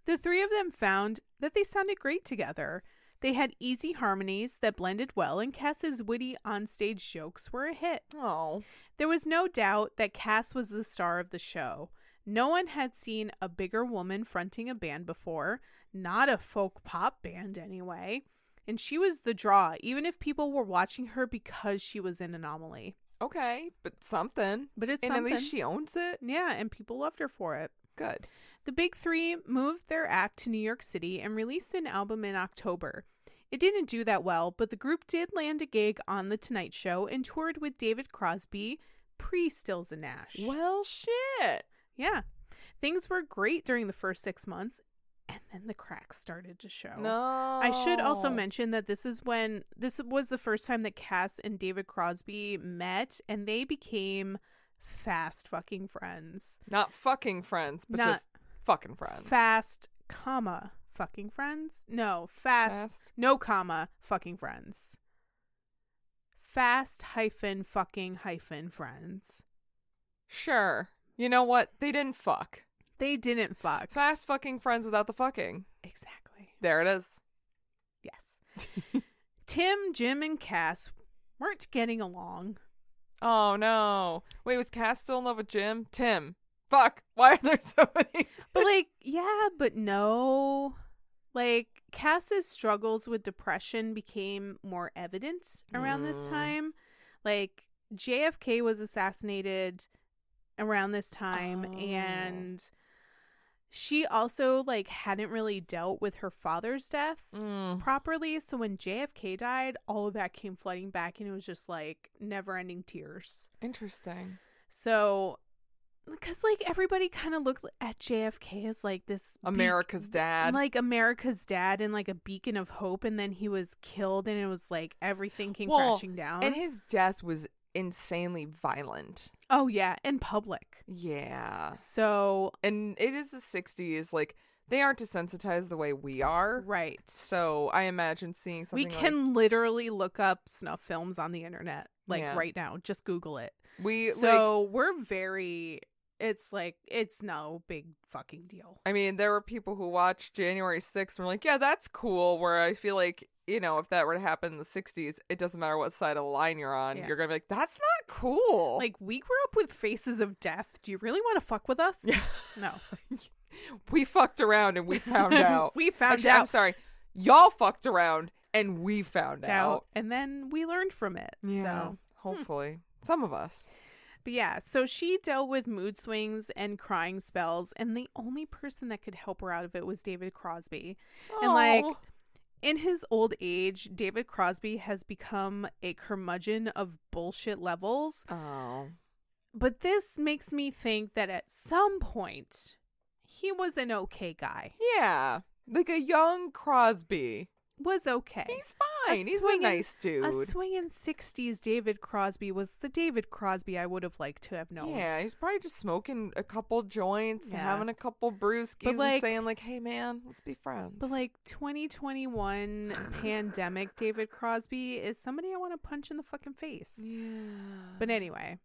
B: The three of them found that they sounded great together. They had easy harmonies that blended well, and Cass's witty onstage jokes were a hit.
A: Oh.
B: There was no doubt that Cass was the star of the show. No one had seen a bigger woman fronting a band before, not a folk pop band anyway. And she was the draw, even if people were watching her because she was an anomaly.
A: Okay. But something.
B: But it's
A: and at least
B: something.
A: she owns it.
B: Yeah, and people loved her for it.
A: Good.
B: The Big Three moved their act to New York City and released an album in October. It didn't do that well, but the group did land a gig on The Tonight Show and toured with David Crosby pre Stills and Nash.
A: Well, shit.
B: Yeah. Things were great during the first six months, and then the cracks started to show.
A: No.
B: I should also mention that this is when this was the first time that Cass and David Crosby met, and they became fast fucking friends.
A: Not fucking friends, but
B: Not-
A: just fucking friends.
B: Fast, comma, fucking friends? No, fast,
A: Fast.
B: no, comma, fucking friends. Fast hyphen fucking hyphen friends.
A: Sure. You know what? They didn't fuck.
B: They didn't fuck.
A: Fast fucking friends without the fucking.
B: exactly.
A: There it is.
B: Yes. Tim, Jim, and Cass weren't getting along.
A: Oh no. Wait, was Cass still in love with Jim? Tim. Fuck. Why are there so many?
B: But, like, yeah, but no. Like, Cass's struggles with depression became more evident around this
A: Mm.
B: time. Like, JFK was assassinated around this time,
A: Oh.
B: and she also, like, hadn't really dealt with her father's death.
A: Mm.
B: Properly, so when JFK died, all of that came flooding back, and it was just like never ending tears.
A: Interesting.
B: So, because like everybody kind of looked at JFK as like this beacon-
A: America's dad.
B: like America's dad, and like a beacon of hope, and then he was killed, and it was like everything came
A: Well,
B: crashing down.
A: And his death was insanely violent.
B: oh yeah, in public.
A: Yeah.
B: So
A: And it is the 60s. Like, they aren't desensitized the way we are.
B: right,
A: So I imagine seeing
B: we
A: something. like-
B: can literally look up snuff films on the internet, like
A: Yeah.
B: right now. Just Google it.
A: We, like,
B: so we're very. It's like it's no big fucking deal.
A: I mean, there were people who watched January 6th and were like, yeah, that's cool. Where I feel like, you know, if that were to happen in the 60s, it doesn't matter what side of the line you're on.
B: Yeah.
A: You're going to be like, that's not cool.
B: Like we grew up with faces of death. Do you really want to fuck with us?
A: Yeah.
B: No.
A: we fucked around and we found out.
B: We found
A: Actually, I'm
B: out.
A: sorry. Y'all fucked around and we found out.
B: out, and then we learned from it. So, hmm.
A: Hopefully. Some of us.
B: but yeah, so she dealt with mood swings and crying spells, and the only person that could help her out of it was David Crosby. And like
A: Oh.
B: in his old age, David Crosby has become a curmudgeon of bullshit levels.
A: Oh.
B: But this makes me think that at some point he was an okay guy.
A: Yeah. Like a young Crosby.
B: Was okay.
A: He's fine. He's
B: swingin-
A: a nice dude.
B: A swinging 60s David Crosby was the David Crosby I would have liked to have known.
A: Yeah, he's probably just smoking a couple joints, and
B: Yeah.
A: having a couple brewskis, and
B: like-
A: saying like, "Hey, man, let's be friends."
B: But like 2021 pandemic David Crosby is somebody I want to punch in the fucking face. But anyway,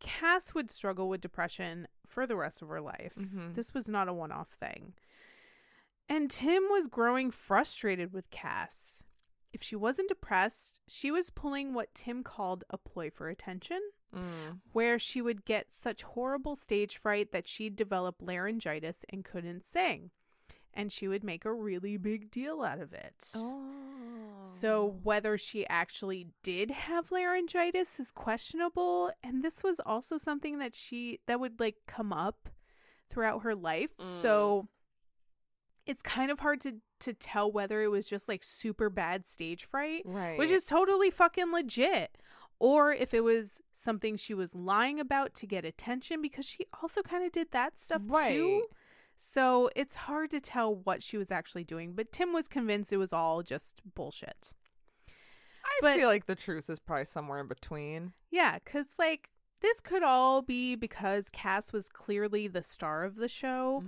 B: Cass would struggle with depression for the rest of her life.
A: Mhm.
B: This was not a one off thing. And Tim was growing frustrated with Cass. If she wasn't depressed, she was pulling what Tim called a ploy for attention,
A: Mm.
B: where she would get such horrible stage fright that she'd develop laryngitis and couldn't sing. And she would make a really big deal out of it.
A: oh,
B: So, whether she actually did have laryngitis is questionable. And this was also something that she, that would like come up throughout her life. So, it's kind of hard to, to tell whether it was just like super bad stage fright,
A: Right.
B: which is totally fucking legit, or if it was something she was lying about to get attention because she also kind of did that stuff
A: Right.
B: too. So it's hard to tell what she was actually doing, but Tim was convinced it was all just bullshit.
A: I
B: but-
A: feel like the truth is probably somewhere in between.
B: Yeah, because like This could all be because Cass was clearly the star of the show.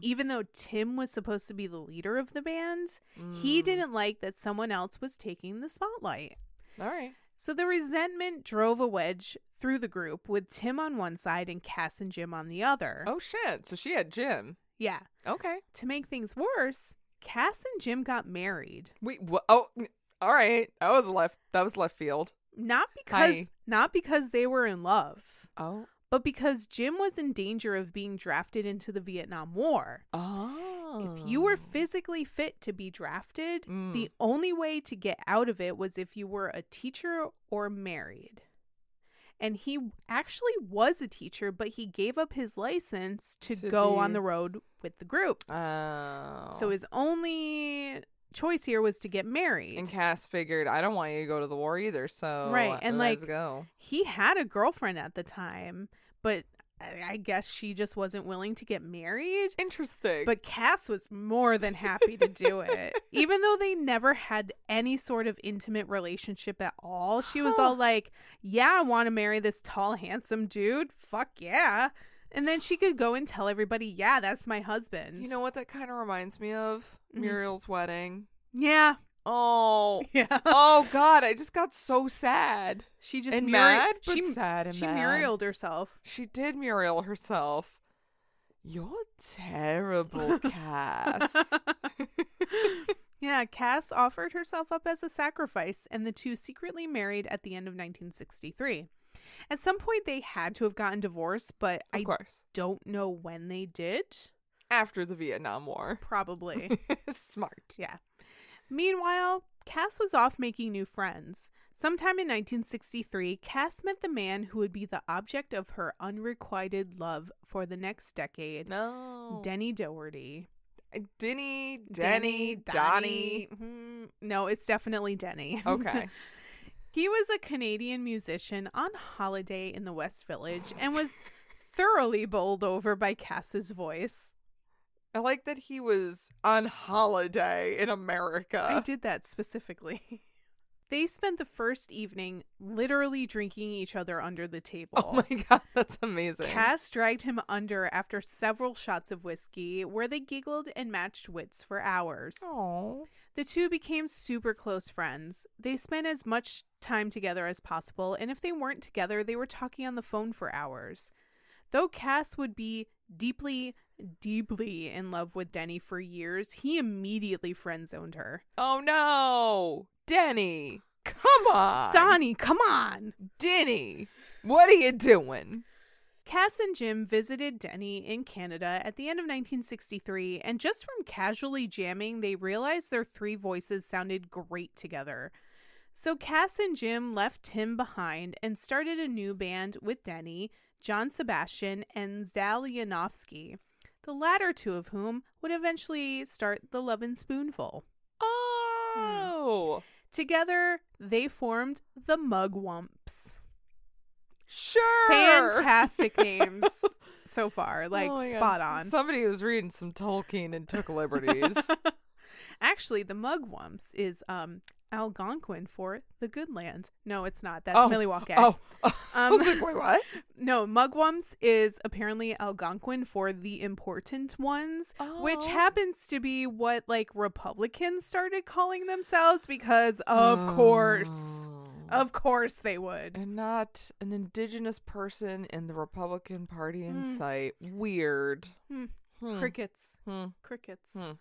B: Even though Tim was supposed to be the leader of the band, he didn't like that someone else was taking the spotlight.
A: All right.
B: So the resentment drove a wedge through the group with Tim on one side and Cass and Jim on the other.
A: Oh shit. So she had Jim.
B: Yeah.
A: Okay.
B: To make things worse, Cass and Jim got married.
A: Wait. Wh- oh. n- All right. That was left. That was left field.
B: Not because
A: Hi.
B: not because they were in love,
A: Oh.
B: but because Jim was in danger of being drafted into the Vietnam War.
A: Oh. Mm.
B: If you were physically fit to be drafted, the only way to get out of it was if you were a teacher or married. And he actually was a teacher, but he gave up his license to,
A: To
B: go on
A: be-
B: the road with the group.
A: Oh.
B: So his only choice here was to get married.
A: and Cass figured, I don't want you to go to the war either. So
B: Right, and,
A: let's
B: like-
A: go.
B: he had a girlfriend at the time, but I I guess she just wasn't willing to get married.
A: Interesting.
B: But Cass was more than happy to do it. Even though they never had any sort of intimate relationship at all, she was all like, Yeah, I want to marry this tall, handsome dude. Fuck yeah. And then she could go and tell everybody, Yeah, that's my husband.
A: you know what? That kind of reminds me of
B: Mm-hmm.
A: Muriel's wedding.
B: Yeah.
A: Oh.
B: Yeah.
A: oh God! I just got so sad.
B: She just
A: And
B: Muri-
A: mad, but
B: she,
A: sad and
B: she
A: mad.
B: Murieled herself.
A: She did Muriel herself. You're terrible, Cass.
B: Yeah, Cass offered herself up as a sacrifice, and the two secretly married at the end of 1963. At some point, they had to have gotten divorced, but
A: of
B: I
A: course.
B: don't know when they did.
A: After the Vietnam War.
B: Probably.
A: Smart.
B: yeah. Meanwhile, Cass was off making new friends. Sometime in 1963, Cass met the man who would be the object of her unrequited love for the next decade,
A: No.
B: Denny Doherty.
A: Denny, Denny, Donnie.
B: Mhm. No, it's definitely Denny.
A: Okay.
B: He was a Canadian musician on holiday in the West Village and was thoroughly bowled over by Cass's voice.
A: I like that he was on holiday in America.
B: I did that specifically. They spent the first evening literally drinking each other under the table.
A: Oh my god, that's amazing.
B: Cass dragged him under after several shots of whiskey, where they giggled and matched wits for hours.
A: Aw.
B: The two became super close friends. They spent as much time together as possible, and if they weren't together, they were talking on the phone for hours. Though Cass would be deeply, deeply in love with Denny for years, he immediately friend zoned her.
A: Oh no. Denny. Come on.
B: Donnie, come on!
A: Denny. What are you doing?
B: Cass and Jim visited Denny in Canada at the end of 1963, and just from casually jamming, they realized their three voices sounded great together. So Cass and Jim left Tim behind and started a new band with Denny, John Sebastian, and Zal Yanofsky, the latter two of whom would eventually start the Love and Spoonful.
A: Oh.
B: Together, they formed the Mugwumps.
A: Sure.
B: Fantastic names so far, like
A: Oh my God.
B: spot on.
A: Somebody was reading some Tolkien and took liberties.
B: Actually, the Mugwumps is um Algonquin for the good land. No, it's not. That's
A: oh,
B: Milwaukee.
A: Oh, um,
B: Um,
A: wait, what?
B: No, Mugwumps is apparently Algonquin for the important ones, which
A: Oh.
B: happens to be what like Republicans started calling themselves because of
A: Oh.
B: course. Of course they would.
A: And not an indigenous person in the Republican Party in
B: Hmm.
A: sight. Weird.
B: Crickets.
A: Hmm.
B: Crickets.
A: Hmm.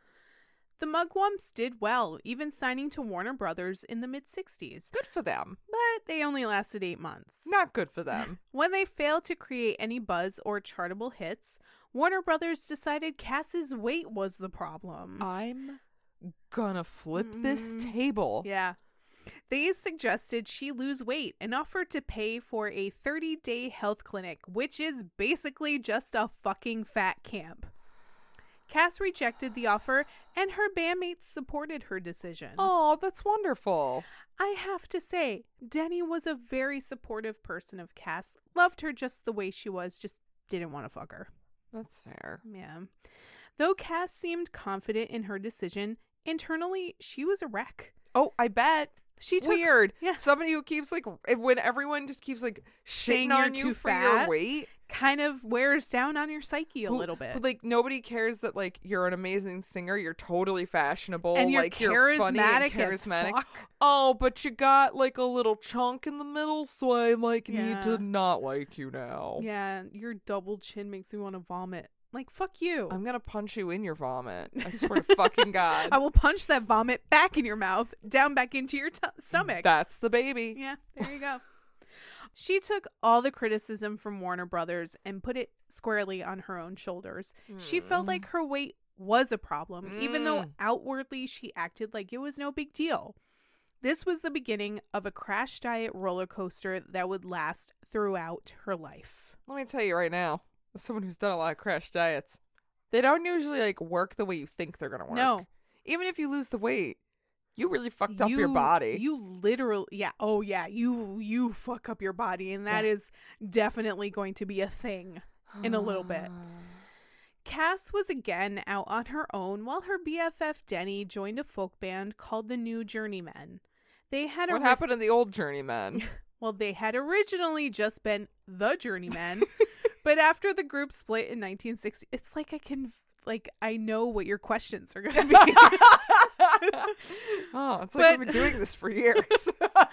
B: The Mugwumps did well, even signing to Warner Brothers in the mid 60s,
A: Good for them.
B: but they only lasted 8 months.
A: Not good for them.
B: When they failed to create any buzz or chartable hits, Warner Brothers decided Cass's weight was the problem.
A: I'm gonna flip this table.
B: Mm. yeah. They suggested she lose weight and offered to pay for a 30 day health clinic, which is basically just a fucking fat camp. Cass rejected the offer, and her bandmates supported her decision.
A: Oh, that's wonderful.
B: I have to say, Denny was a very supportive person of Cass, loved her just the way she was, just didn't want to fuck her.
A: That's fair.
B: Yeah. Though Cass seemed confident in her decision, internally she was a wreck.
A: Oh, I bet.
B: She took
A: weird.
B: yeah.
A: Somebody who keeps like r- when everyone just keeps like shitting
B: Saying you're
A: on you
B: too
A: for your
B: fat.
A: weight.
B: kind of wears down on your psyche a
A: who-
B: little bit.
A: who, like nobody cares that like you're an amazing singer, you're totally fashionable,
B: And you're
A: like you're funny and
B: charismatic as
A: charismatic.
B: fuck.
A: Oh, but you got like a little chunk in the middle, so I like need
B: Yeah.
A: to not like you now.
B: yeah, your double chin makes me want to vomit. Like fuck you.
A: I'm gonna punch you in your vomit. I swear to fucking god.
B: I will punch that vomit back in your mouth, down back into your t- stomach.
A: That's the baby.
B: Yeah, there you go. she took all the criticism from Warner Brothers and put it squarely on her own shoulders. She felt like her weight was a problem, even though outwardly she acted like it was no big deal. This was the beginning of a crash diet roller coaster that would last throughout her life.
A: Let me tell you right now, as someone who's done a lot of crash diets, they don't usually like work the way you think they're gonna work.
B: No.
A: Even if you lose the weight, you really fucked up your
B: You-
A: body.
B: You literally, yeah, oh yeah, you you fuck up your body, and that is definitely going to be a thing in a little bit. Cass was again out on her own while her BFF Denny joined a folk band called the New Journeymen. They had
A: what
B: ori-
A: happened in the old journeyman?
B: Well, they had originally just been the Journeymen, but after the group split in 1960, it's like I can like I know what your questions are going to be.
A: Oh, it's like we've
B: But-
A: been doing this for years.
B: but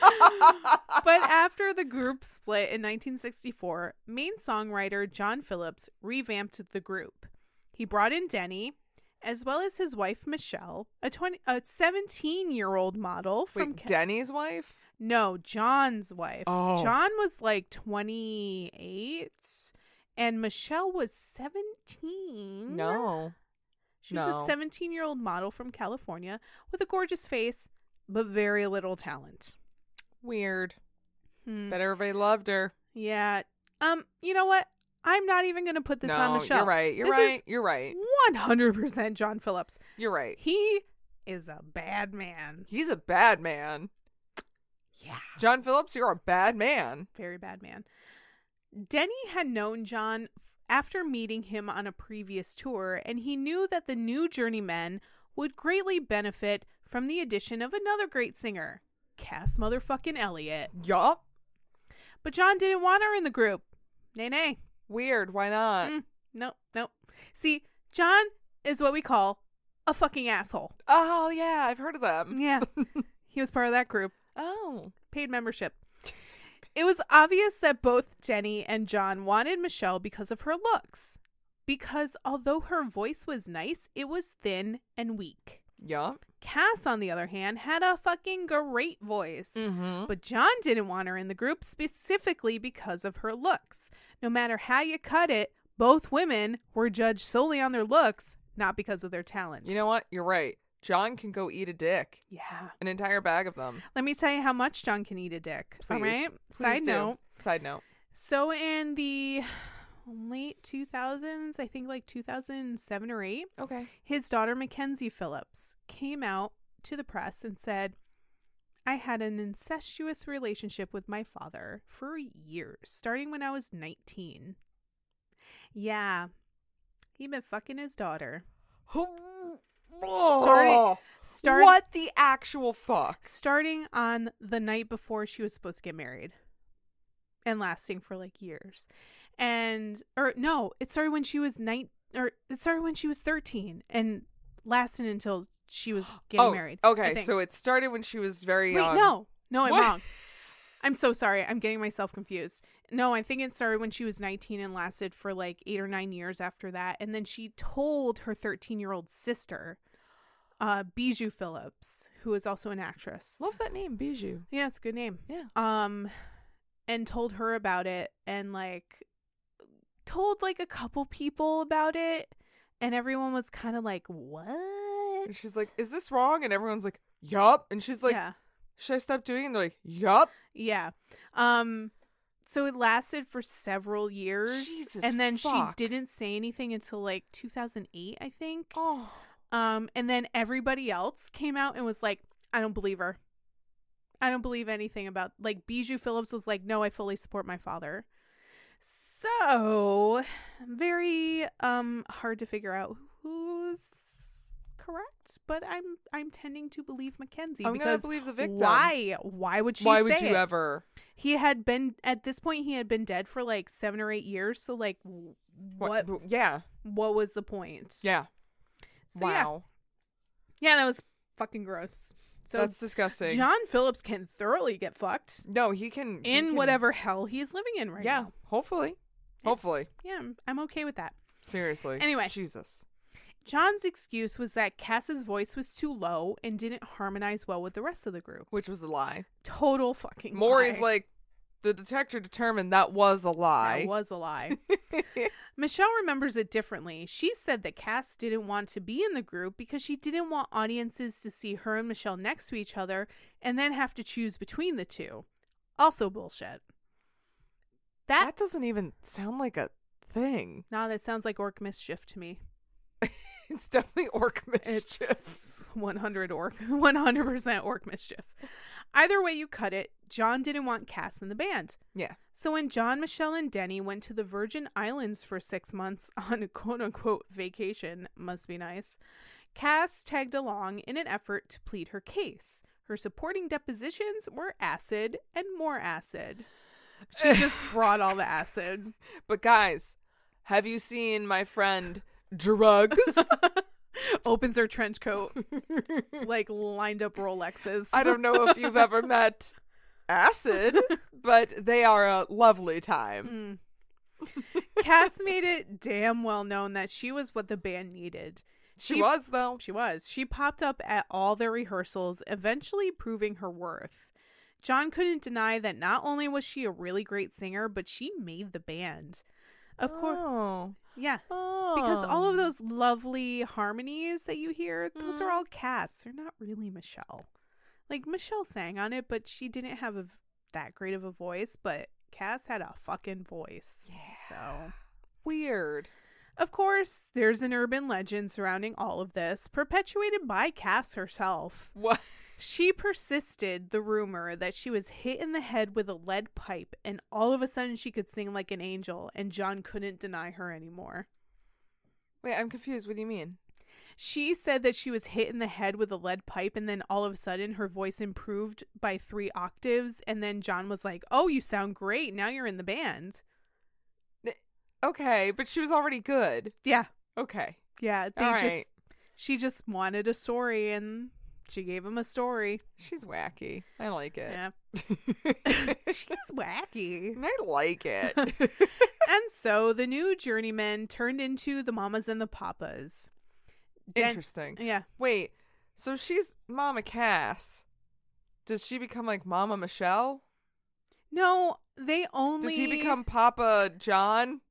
B: after the group split in 1964, main songwriter John Phillips revamped the group. He brought in Denny, as well as his wife Michelle, a 20, a 17 year old model from
A: Wait,
B: Ca-
A: Denny's wife?
B: no John's wife.
A: Oh.
B: John was like 28, and Michelle was
A: Mm.
B: 17.
A: No.
B: She was
A: No.
B: a 17 year old model from California with a gorgeous face, but very little talent.
A: Weird.
B: Hmm.
A: But everybody loved her.
B: Yeah. Um, you know what? I'm not even going to put this
A: no,
B: on Michelle.
A: You're right. You're
B: This
A: right.
B: is
A: you're right.
B: 100% John Phillips.
A: You're right.
B: He is a bad man.
A: He's a bad man.
B: Yeah.
A: John Phillips, you're a bad man.
B: Very bad man. Denny had known John f- after meeting him on a previous tour, and he knew that the new Journeymen would greatly benefit from the addition of another great singer, Cass motherfucking Elliot.
A: Yup.
B: But John didn't want her in the group. Nay, nay.
A: Weird. Why not?
B: Mm, nope, nope. See, John is what we call a fucking asshole.
A: Oh, yeah. I've heard of them.
B: Yeah. he was part of that group,
A: Oh.
B: paid membership. It was obvious that both Denny and John wanted Michelle because of her looks. Because although her voice was nice, it was thin and weak.
A: Yup.
B: Cass, on the other hand, had a fucking great voice.
A: Mm-hmm.
B: But John didn't want her in the group specifically because of her looks. No matter how you cut it, both women were judged solely on their looks, not because of their talent.
A: You know what? You're right. John can go eat a dick.
B: Yeah.
A: An entire bag of them.
B: Let me tell you how much John can eat a dick. All
A: Please.
B: right.
A: Please
B: Side
A: do.
B: note.
A: Side note.
B: So in the late 2000s, I think like 2007 or 8,
A: Okay.
B: his daughter Mackenzie Phillips came out to the press and said, I had an incestuous relationship with my father for years, starting when I was 19. Yeah, he been fucking his daughter.
A: Starting,
B: Start,
A: what the actual fuck?
B: Starting on the night before she was supposed to get married and lasting for like years. And, or no, it started when she was nine, or it started when she was 13 and lasted until she was getting
A: oh,
B: married. I
A: Okay,
B: think.
A: so it started when she was very
B: Wait,
A: young.
B: no. No, I'm
A: What?
B: wrong. I'm so sorry. I'm getting myself confused. No, I think it started when she was 19 and lasted for like eight or nine years after that. And then she told her 13 year old sister, uh, Bijou Phillips, who is also an actress.
A: Love that name, Bijou.
B: Yeah, it's a good name.
A: Yeah.
B: Um, and told her about it and like told like a couple people about it. And everyone was kind of like, what?
A: And she's like, "Is this wrong?" And everyone's like, "Yup." And she's like,
B: yeah.
A: "Should I stop doing?" it? And they're like, "Yup."
B: Yeah. Um so it lasted for several years
A: Jesus
B: and then
A: fuck.
B: she didn't say anything until like 2008 I think.
A: Oh,
B: Um and then everybody else came out and was like I don't believe her. I don't believe anything about like Bijou Phillips was like no I fully support my father. So very um hard to figure out who's correct, but I'm I'm tending to believe Mackenzie.
A: I'm gonna
B: because
A: believe the victim.
B: Why? Why would she?
A: Why would
B: say
A: you
B: it?
A: ever?
B: He had been at this point. He had been dead for like seven or eight years. So like, w- what?
A: What? Yeah.
B: What was the point?
A: Yeah.
B: So, yeah.
A: wow.
B: Yeah, that was fucking gross. So
A: That's disgusting.
B: John Phillips can thoroughly get fucked
A: no, he can he
B: in
A: can-
B: whatever hell he is living in right
A: Yeah.
B: now.
A: Hopefully. Hopefully.
B: Yeah, I'm, I'm okay with that.
A: Seriously.
B: Anyway.
A: Jesus.
B: John's excuse was that Cass's voice was too low and didn't harmonize well with the rest of the group.
A: Which was a lie.
B: Total fucking.
A: Maury's
B: lie.
A: like, the detector determined that was a lie.
B: That was a lie. Michelle remembers it differently. She said that Cass didn't want to be in the group because she didn't want audiences to see her and Michelle next to each other and then have to choose between the two. Also bullshit. That,
A: That doesn't even sound like a thing.
B: nah, that sounds like orc mischief to me.
A: It's definitely orc mischief.
B: It's 100 orc, 100% orc mischief. Either way you cut it, John didn't want Cass in the band.
A: yeah.
B: So when John, Michelle, and Denny went to the Virgin Islands for six months on a quote unquote vacation, must be nice, Cass tagged along in an effort to plead her case. Her supporting depositions were acid and more acid. She just brought all the acid.
A: But guys, have you seen my friend drugs?
B: Opens her trench coat, like lined up Rolexes.
A: I don't know if you've ever met acid, but they are a lovely time.
B: Mm. Cass made it damn well known that she was what the band needed.
A: She,
B: She-
A: was though.
B: She was. She popped up at all their rehearsals, eventually proving her worth. John couldn't deny that not only was she a really great singer, but she made the band. Of course.
A: Oh.
B: Yeah. Because all of those lovely harmonies that you hear, those are all casts. They're not really Michelle. Like Michelle sang on it, but she didn't have a, v- that great of a voice, but Cass had a fucking voice. So
A: weird.
B: of course, there's an urban legend surrounding all of this, perpetuated by Cass herself.
A: What?
B: She persisted the rumor that she was hit in the head with a lead pipe and all of a sudden she could sing like an angel, and John couldn't deny her anymore.
A: Wait, I'm confused. What do you mean?
B: She said that she was hit in the head with a lead pipe, and then all of a sudden her voice improved by three octaves. And then John was like, Oh, you sound great. Now you're in the band.
A: Okay, but she was already good.
B: Yeah.
A: Okay.
B: Yeah. They
A: All
B: just,
A: right.
B: She just wanted a story, and she gave him a story.
A: She's wacky. I like it.
B: Yeah. She's wacky.
A: And I like it.
B: and so the new journeyman turned into the mamas and the papas. Den-
A: Interesting.
B: Yeah.
A: Wait, so she's Mama Cass. Does she become like Mama Michelle?
B: No, they only
A: Does he become Papa John?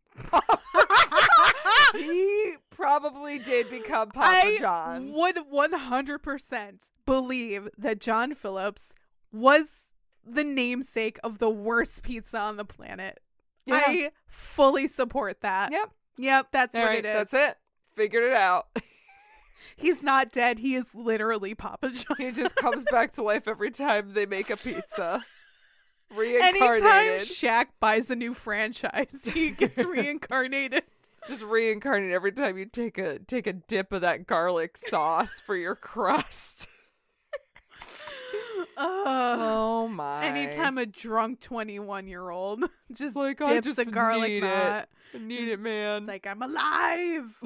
A: he probably did become Papa
B: I
A: John.
B: would one hundred percent believe that John Phillips was the namesake of the worst pizza on the planet.
A: Yeah.
B: I fully support that.
A: Yep.
B: Yep, that's
A: All
B: what
A: right,
B: it is.
A: that's it. Figured it out.
B: He's not dead. He is literally Papa John.
A: He just comes back to life every time they make a pizza. Reincarnated.
B: Anytime Shaq buys a new franchise, he gets reincarnated.
A: just reincarnate every time you take a take a dip of that garlic sauce for your crust.
B: Ugh.
A: Oh my.
B: Anytime a drunk 21 year old just
A: like, I
B: dips
A: just
B: a garlic
A: need it.
B: knot,
A: I need it, man.
B: it's like, I'm alive.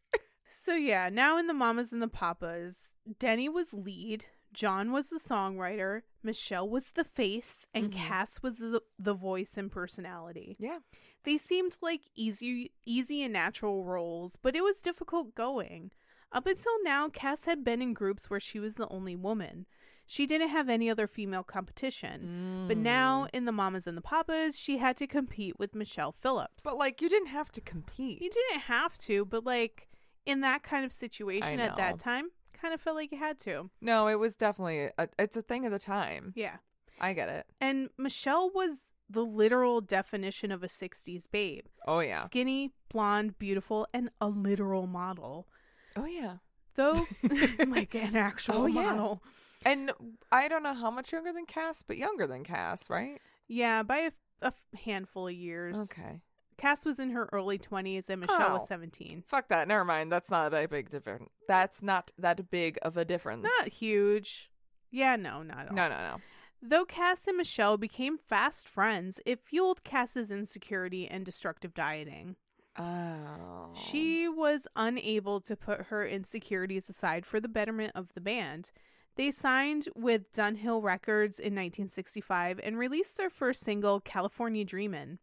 B: so, yeah, now in the Mamas and the Papas, Denny was lead, John was the songwriter, Michelle was the face, and Cass was the, the voice and personality.
A: yeah.
B: They seemed like easy easy and natural roles, but it was difficult going. Up until now, Cass had been in groups where she was the only woman. She didn't have any other female competition. But now, in the Mamas and the Papas, she had to compete with Michelle Phillips.
A: But like you didn't have to compete.
B: you didn't have to, but like in that kind of situation at
A: know.
B: that time, kind of felt like you had to.
A: No, it was definitely a, it's a thing of the time.
B: Yeah.
A: I get it.
B: And Michelle was the literal definition of a 60s babe.
A: Oh yeah.
B: Skinny, blonde, beautiful, and a literal model.
A: Oh yeah.
B: Though, like an actual
A: Oh, yeah.
B: model.
A: And I don't know how much younger than Cass, but younger than Cass, right?
B: Yeah, by a, a handful of years.
A: Okay.
B: Cass was in her early 20s and Michelle
A: Oh.
B: was 17.
A: Fuck that. Never mind. That's not that big difference. That's not that big of a difference.
B: Not huge. Yeah, no, not at all.
A: no, no, no.
B: Though Cass and Michelle became fast friends, it fueled Cass's insecurity and destructive dieting.
A: Oh.
B: She was unable to put her insecurities aside for the betterment of the band. They signed with Dunhill Records in 1965 and released their first single, California Dreamin'.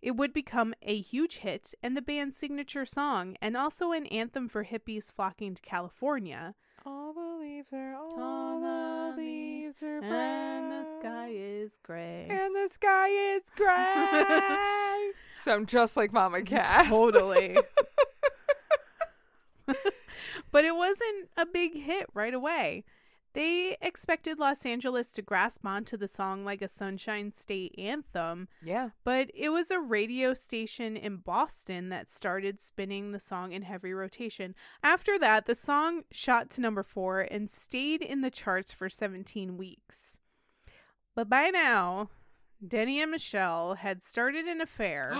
B: It would become a huge hit and the band's signature song, and also an anthem for hippies flocking to California.
A: All the leaves are all,
B: All
A: the
B: the
A: leaves are
B: And the
A: brown,
B: sky is gray.
A: and the sky is gray. Sound just like Mama Cass.
B: Totally. but it wasn't a big hit right away. They expected Los Angeles to grasp onto the song like a Sunshine State anthem,
A: yeah.
B: but it was a radio station in Boston that started spinning the song in heavy rotation. After that, the song shot to number four and stayed in the charts for 17 weeks. But by now, Denny and Michelle had started an affair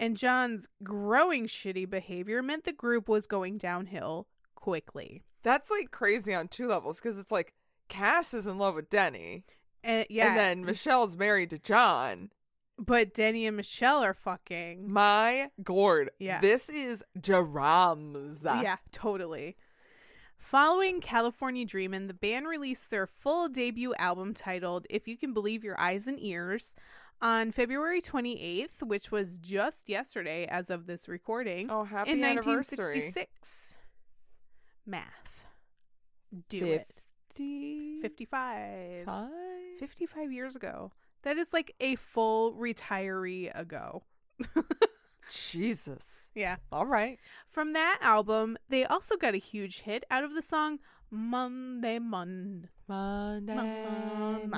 B: and John's growing shitty behavior meant the group was going downhill quickly.
A: That's like crazy on two levels because it's like Cass is in love with Denny,
B: And, yeah,
A: and then Michelle's married to John.
B: but Denny and Michelle are fucking.
A: My gourd.
B: Yeah.
A: This is Jerams.
B: Yeah, totally. Following California Dreamin', the band released their full debut album titled If You Can Believe Your Eyes and Ears on February 28th, which was just yesterday as of this recording.
A: Oh, happy
B: In
A: anniversary.
B: 1966. Math. Do it.
A: 50.
B: 55.
A: Five.
B: 55 years ago. That is like a full retiree ago.
A: Jesus.
B: Yeah.
A: All right.
B: From that album, they also got a huge hit out of the song Monday Mon.
A: Monday,
B: Monday,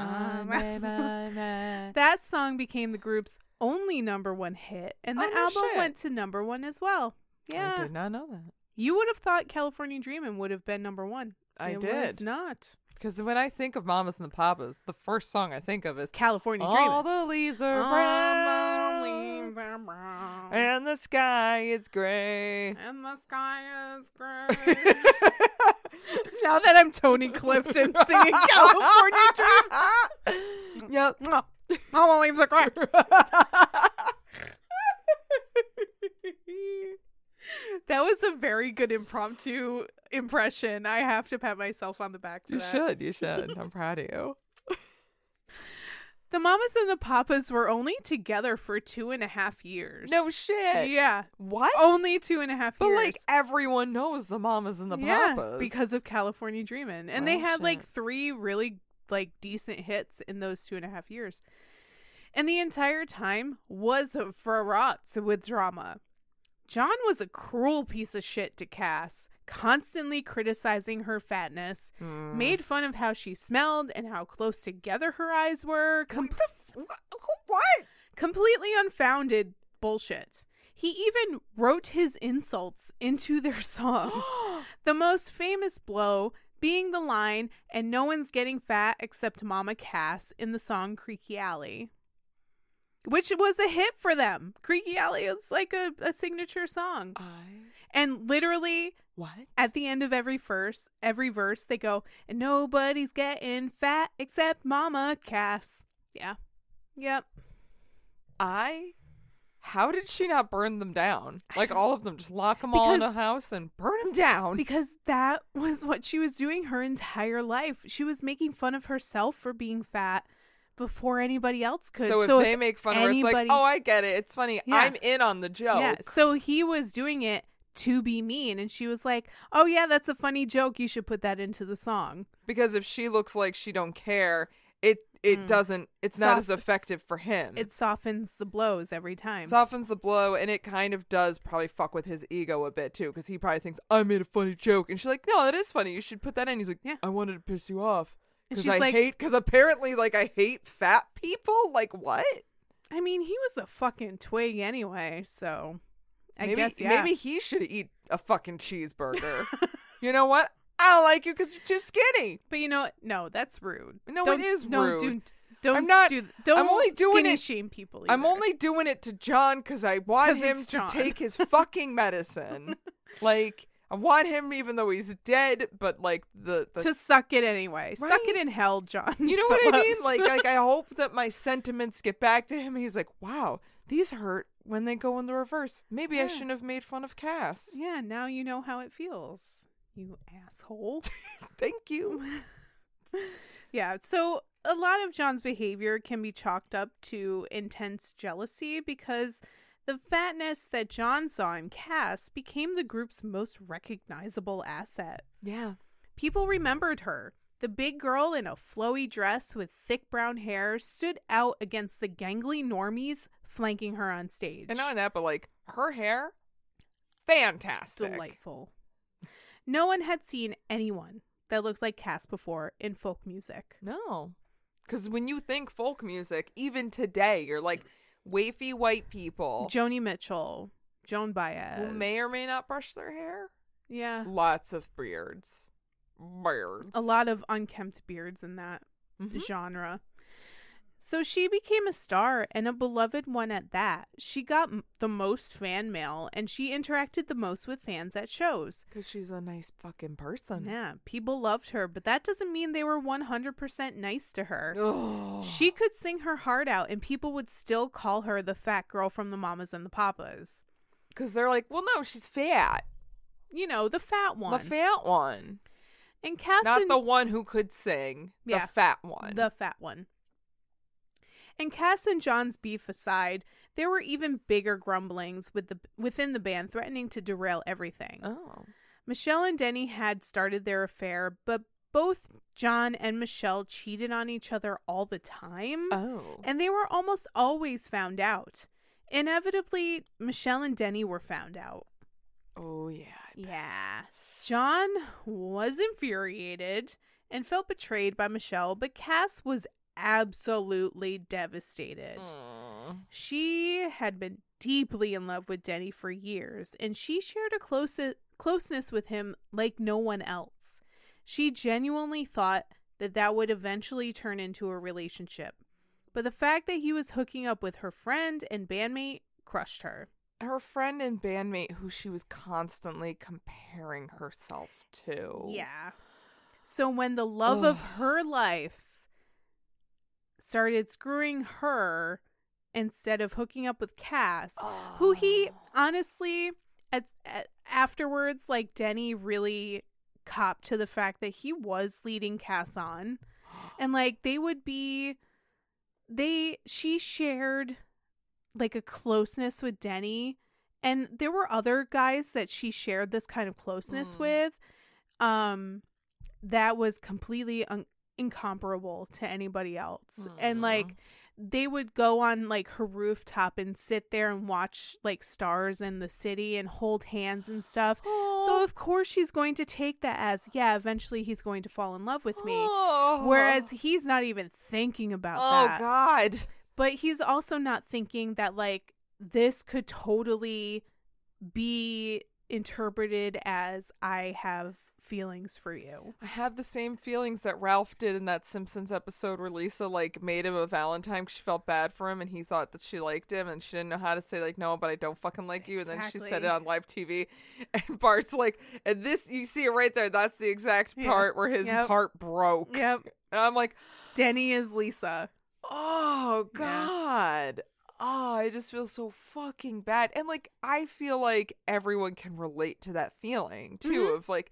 A: Monday.
B: That song became the group's only number one hit, and the
A: Oh, no
B: album
A: shit.
B: went to number one as well.
A: I
B: Yeah.
A: did not know that.
B: You would have thought California Dreamin' would have been number one.
A: I
B: it
A: did.
B: Was not.
A: Because when I think of Mamas and the Papas, the first song I think of is
B: California
A: All
B: Dreamin'.
A: the leaves are brown,
B: And
A: and the sky is gray.
B: the sky is gray. now that I'm Tony Clifton singing California Dream.
A: Yep.
B: No, no leaves are gray. that was a very good impromptu impression. I have to pat myself on the back. For
A: You
B: that.
A: should. You should. I'm proud of you.
B: The mamas and the papas were only together for two and a half years.
A: No shit.
B: Yeah.
A: What?
B: Only two and a half
A: But
B: years.
A: like everyone knows the Mamas and the Papas
B: because of California Dreamin', and they
A: Oh,
B: had like
A: shit.
B: three really like decent hits in those two and a half years, and the entire time was fraught with drama. John was a cruel piece of shit to Cass, constantly criticizing her fatness,
A: Mm.
B: made fun of how she smelled and how close together her eyes were. Com-
A: Wha- who- what?
B: completely unfounded bullshit. He even wrote his insults into their songs. the most famous blow being the line, and no one's getting fat except Mama Cass in the song Creaky Alley, which was a hit for them. Creaky Alley is like a, a signature song.
A: I
B: And literally,
A: what?
B: at the end of every verse, every verse, they go, and nobody's getting fat except Mama Cass. Yeah. Yep.
A: I. How did she not burn them down? Like all of them, just lock them all in a
B: Because-
A: house and burn them down.
B: Because that was what she was doing her entire life. She was making fun of herself for being fat before anybody else could.
A: so if they make fun of her, it's like,
B: anybody-
A: oh, I get it. It's funny.
B: Yeah.
A: I'm in on the joke.
B: yeah. So he was doing it to be mean, and she was like, "Oh yeah, that's a funny joke. You should put that into the song."
A: Because if she looks like she don't care, it it doesn't. It's not as
B: Mm. Soft-
A: effective for him.
B: It softens the blows every time.
A: softens the blow, and it kind of does probably fuck with his ego a bit too, because he probably thinks I made a funny joke, and she's like, no, that is funny. You should put that in. He's like,
B: Yeah.
A: I wanted to piss you off
B: And
A: because
B: she's
A: I
B: like-
A: hate. Because apparently, like, I hate fat people. Like, what?
B: I mean, he was a fucking twig anyway, so I
A: maybe,
B: guess yeah.
A: Maybe he should eat a fucking cheeseburger. you know what? I don't like you because you're too skinny.
B: But you know, no, that's rude.
A: No,
B: Don't-
A: it is
B: no,
A: rude.
B: don't- Don't
A: I'm not.
B: do. Don't
A: I'm only doing
B: skinny
A: it.
B: shame people.
A: I'm
B: either.
A: only doing it to John because I want
B: 'Cause
A: him
B: it's
A: to
B: John.
A: take his fucking medicine. like I want him, even though he's dead. But like the, the
B: to suck it anyway. Suck
A: Right?
B: it in hell, John.
A: You know what I mean?
B: Phillips.
A: Like, like I hope that my sentiments get back to him. He's like, "Wow, these hurt when they go in the reverse. Maybe I
B: Yeah.
A: shouldn't have made fun of Cass."
B: yeah. Now you know how it feels. You asshole.
A: Thank you.
B: Yeah, so a lot of John's behavior can be chalked up to intense jealousy because the fatness that John saw in Cass became the group's most recognizable asset.
A: Yeah.
B: People remembered her. The big girl in a flowy dress with thick brown hair stood out against the gangly normies flanking her on stage.
A: And not only that, but like her hair, fantastic.
B: delightful. No one had seen anyone that looked like Cass before in folk music.
A: No, because when you think folk music, even today, you're like wafy white people
B: Joni Mitchell, Joan Baez.
A: who may or may not brush their hair.
B: Yeah.
A: Lots of beards. Beards.
B: Uh. A lot of unkempt beards in that
A: Mhm.
B: genre. So she became a star and a beloved one at that. She got m- the most fan mail and she interacted the most with fans at shows.
A: Because she's a nice fucking person.
B: Yeah, people loved her, but that doesn't mean they were 100% nice to her.
A: Ugh.
B: She could sing her heart out and people would still call her the fat girl from the Mamas and the Papas.
A: Because they're like, well, no, she's fat.
B: You know, the fat one.
A: The fat one.
B: and Cass
A: Not
B: and-
A: the one who could sing.
B: Yeah.
A: The fat one.
B: The fat one. And Cass and John's beef aside, there were even bigger grumblings with the within the band threatening to derail everything.
A: oh.
B: Michelle and Denny had started their affair, but both John and Michelle cheated on each other all the time,
A: Oh.
B: and they were almost always found out. Inevitably, Michelle and Denny were found out.
A: oh, yeah.
B: Yeah. John was infuriated and felt betrayed by Michelle, but Cass was absolutely devastated.
A: Mm.
B: She had been deeply in love with Denny for years, and she shared a close- closeness with him like no one else. She genuinely thought that that would eventually turn into a relationship. But the fact that he was hooking up with her friend and bandmate crushed her.
A: Her friend and bandmate who she was constantly comparing herself to.
B: Yeah. So when the love of
A: Ugh.
B: her life started screwing her instead of hooking up with Cass, who he honestly at, at- afterwards like Denny really copped to the fact that he was leading Cass on and like they would be they she shared like a closeness with Denny and there were other guys that she shared this kind of closeness
A: Mm.
B: with um that was completely un- incomparable to anybody else and like they would go on like her rooftop and sit there and watch like stars in the city and hold hands and stuff so of course she's going to take that as yeah eventually he's going to fall in love with me
A: Oh.
B: Whereas he's not even thinking about
A: Oh,
B: that.
A: God.
B: But he's also not thinking that like this could totally be interpreted as I have feelings for you.
A: I have the same feelings that Ralph did in that Simpsons episode where Lisa like made him a Valentine 'cause she felt bad for him and he thought that she liked him and she didn't know how to say like no, but I don't fucking like you. And then she said
B: Exactly.
A: it on live TV, and Bart's like, and this you see it right there. That's the exact
B: Yeah.
A: part where his
B: Yep.
A: heart broke.
B: Yep.
A: And I'm like,
B: Denny is Lisa.
A: Oh God. Oh, I just feel so fucking bad. And like I feel like everyone can relate to that feeling too
B: Mm-hmm.
A: of like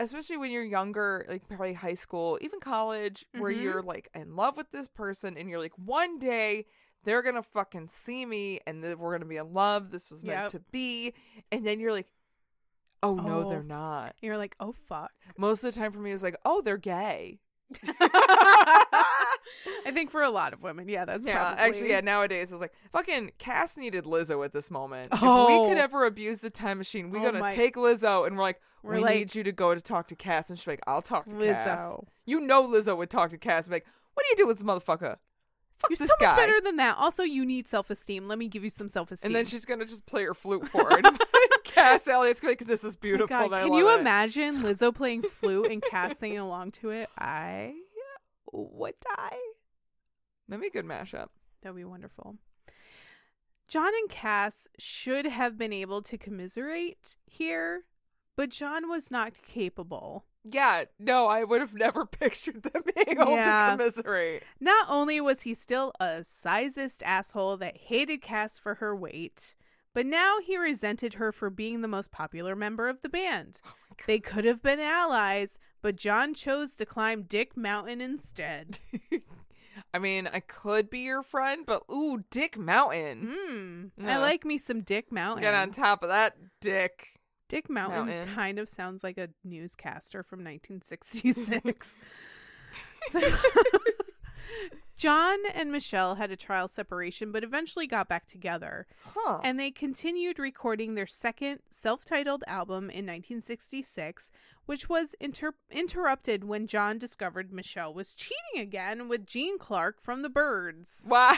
A: especially when you're younger, like probably high school, even college, where
B: Mhm.
A: you're like in love with this person and you're like one day they're going to fucking see me and then we're going to be in love. This was meant
B: Yep.
A: to be. And then you're like Oh no,
B: Oh.
A: they're not.
B: And you're like, oh fuck.
A: Most of the time for me it was like, "Oh, they're gay."
B: I think for a lot of women, yeah, that's
A: yeah,
B: probably
A: actually, yeah. Nowadays, it was like fucking Cass needed Lizzo at this moment. If we
B: Oh.
A: could ever abuse the time machine, we're
B: Oh
A: gonna
B: my-
A: take Lizzo, and we're like,
B: We're
A: we
B: like-
A: need you to go to talk to Cass, and she's like, I'll talk to Cass.
B: Lizzo.
A: You know, Lizzo would talk to Cass, and be like, what do you do with this motherfucker? Fuck
B: You're
A: this
B: so
A: guy.
B: much better than that. Also, you need self esteem. Let me give you some Oh self esteem.
A: and then she's gonna just play her flute for it. Cass Elliott's gonna be like, this is
B: Oh my
A: beautiful.
B: God,
A: and I
B: Can
A: love
B: you
A: it."
B: imagine Lizzo playing flute and Cass singing along to it? I would die.
A: That'd be a good mashup.
B: That would be wonderful. John and Cass should have been able to commiserate here, but John was not capable.
A: Yeah, no, I would have never pictured them being able to
B: Yeah.
A: commiserate.
B: Not only was he still a sizest asshole that hated Cass for her weight, but now he resented her for being the most popular member of the band. they could have been allies, but John chose to climb Dick Mountain instead.
A: I mean, I could be your friend, but ooh, Dick Mountain.
B: Hmm. I
A: Yeah.
B: like me some Dick Mountain.
A: Get on top of that, Dick.
B: Dick Mountain,
A: Mountain.
B: kind of sounds like a newscaster from 1966. so, John and Michelle had a trial separation, but eventually got back together.
A: Huh.
B: And they continued recording their second self titled album in 1966, which was inter- interrupted when John discovered Michelle was cheating again with Gene Clark from the Birds.
A: Wow.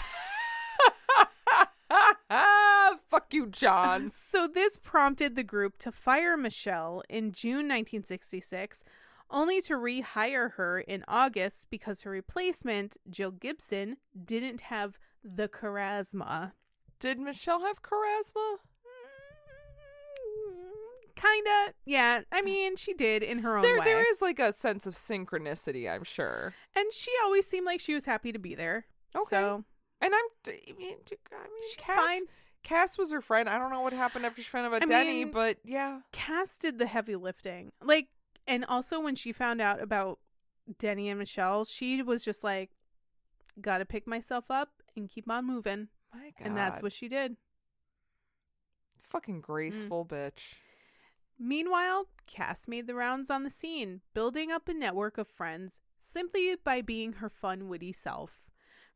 A: Fuck you, John.
B: So, this prompted the group to fire Michelle in June 1966, only to rehire her in August because her replacement, Jill Gibson, didn't have the charisma.
A: Did Michelle have charisma?
B: Kinda, yeah. I mean, she did in her own
A: There,
B: way.
A: there is like a sense of synchronicity, I'm sure.
B: And she always seemed like she was happy to be there.
A: Okay.
B: So,
A: And I'm, d- I mean, d- I mean
B: She's
A: Cass,
B: fine.
A: Cass was her friend. I don't know what happened after she found out about
B: I
A: Denny,
B: mean-
A: but yeah.
B: Cass did the heavy lifting. Like, and also when she found out about Denny and Michelle, she was just like, gotta pick myself up and keep on moving.
A: My God.
B: And that's what she did.
A: fucking graceful bitch.
B: Meanwhile, Cass made the rounds on the scene, building up a network of friends simply by being her fun, witty self.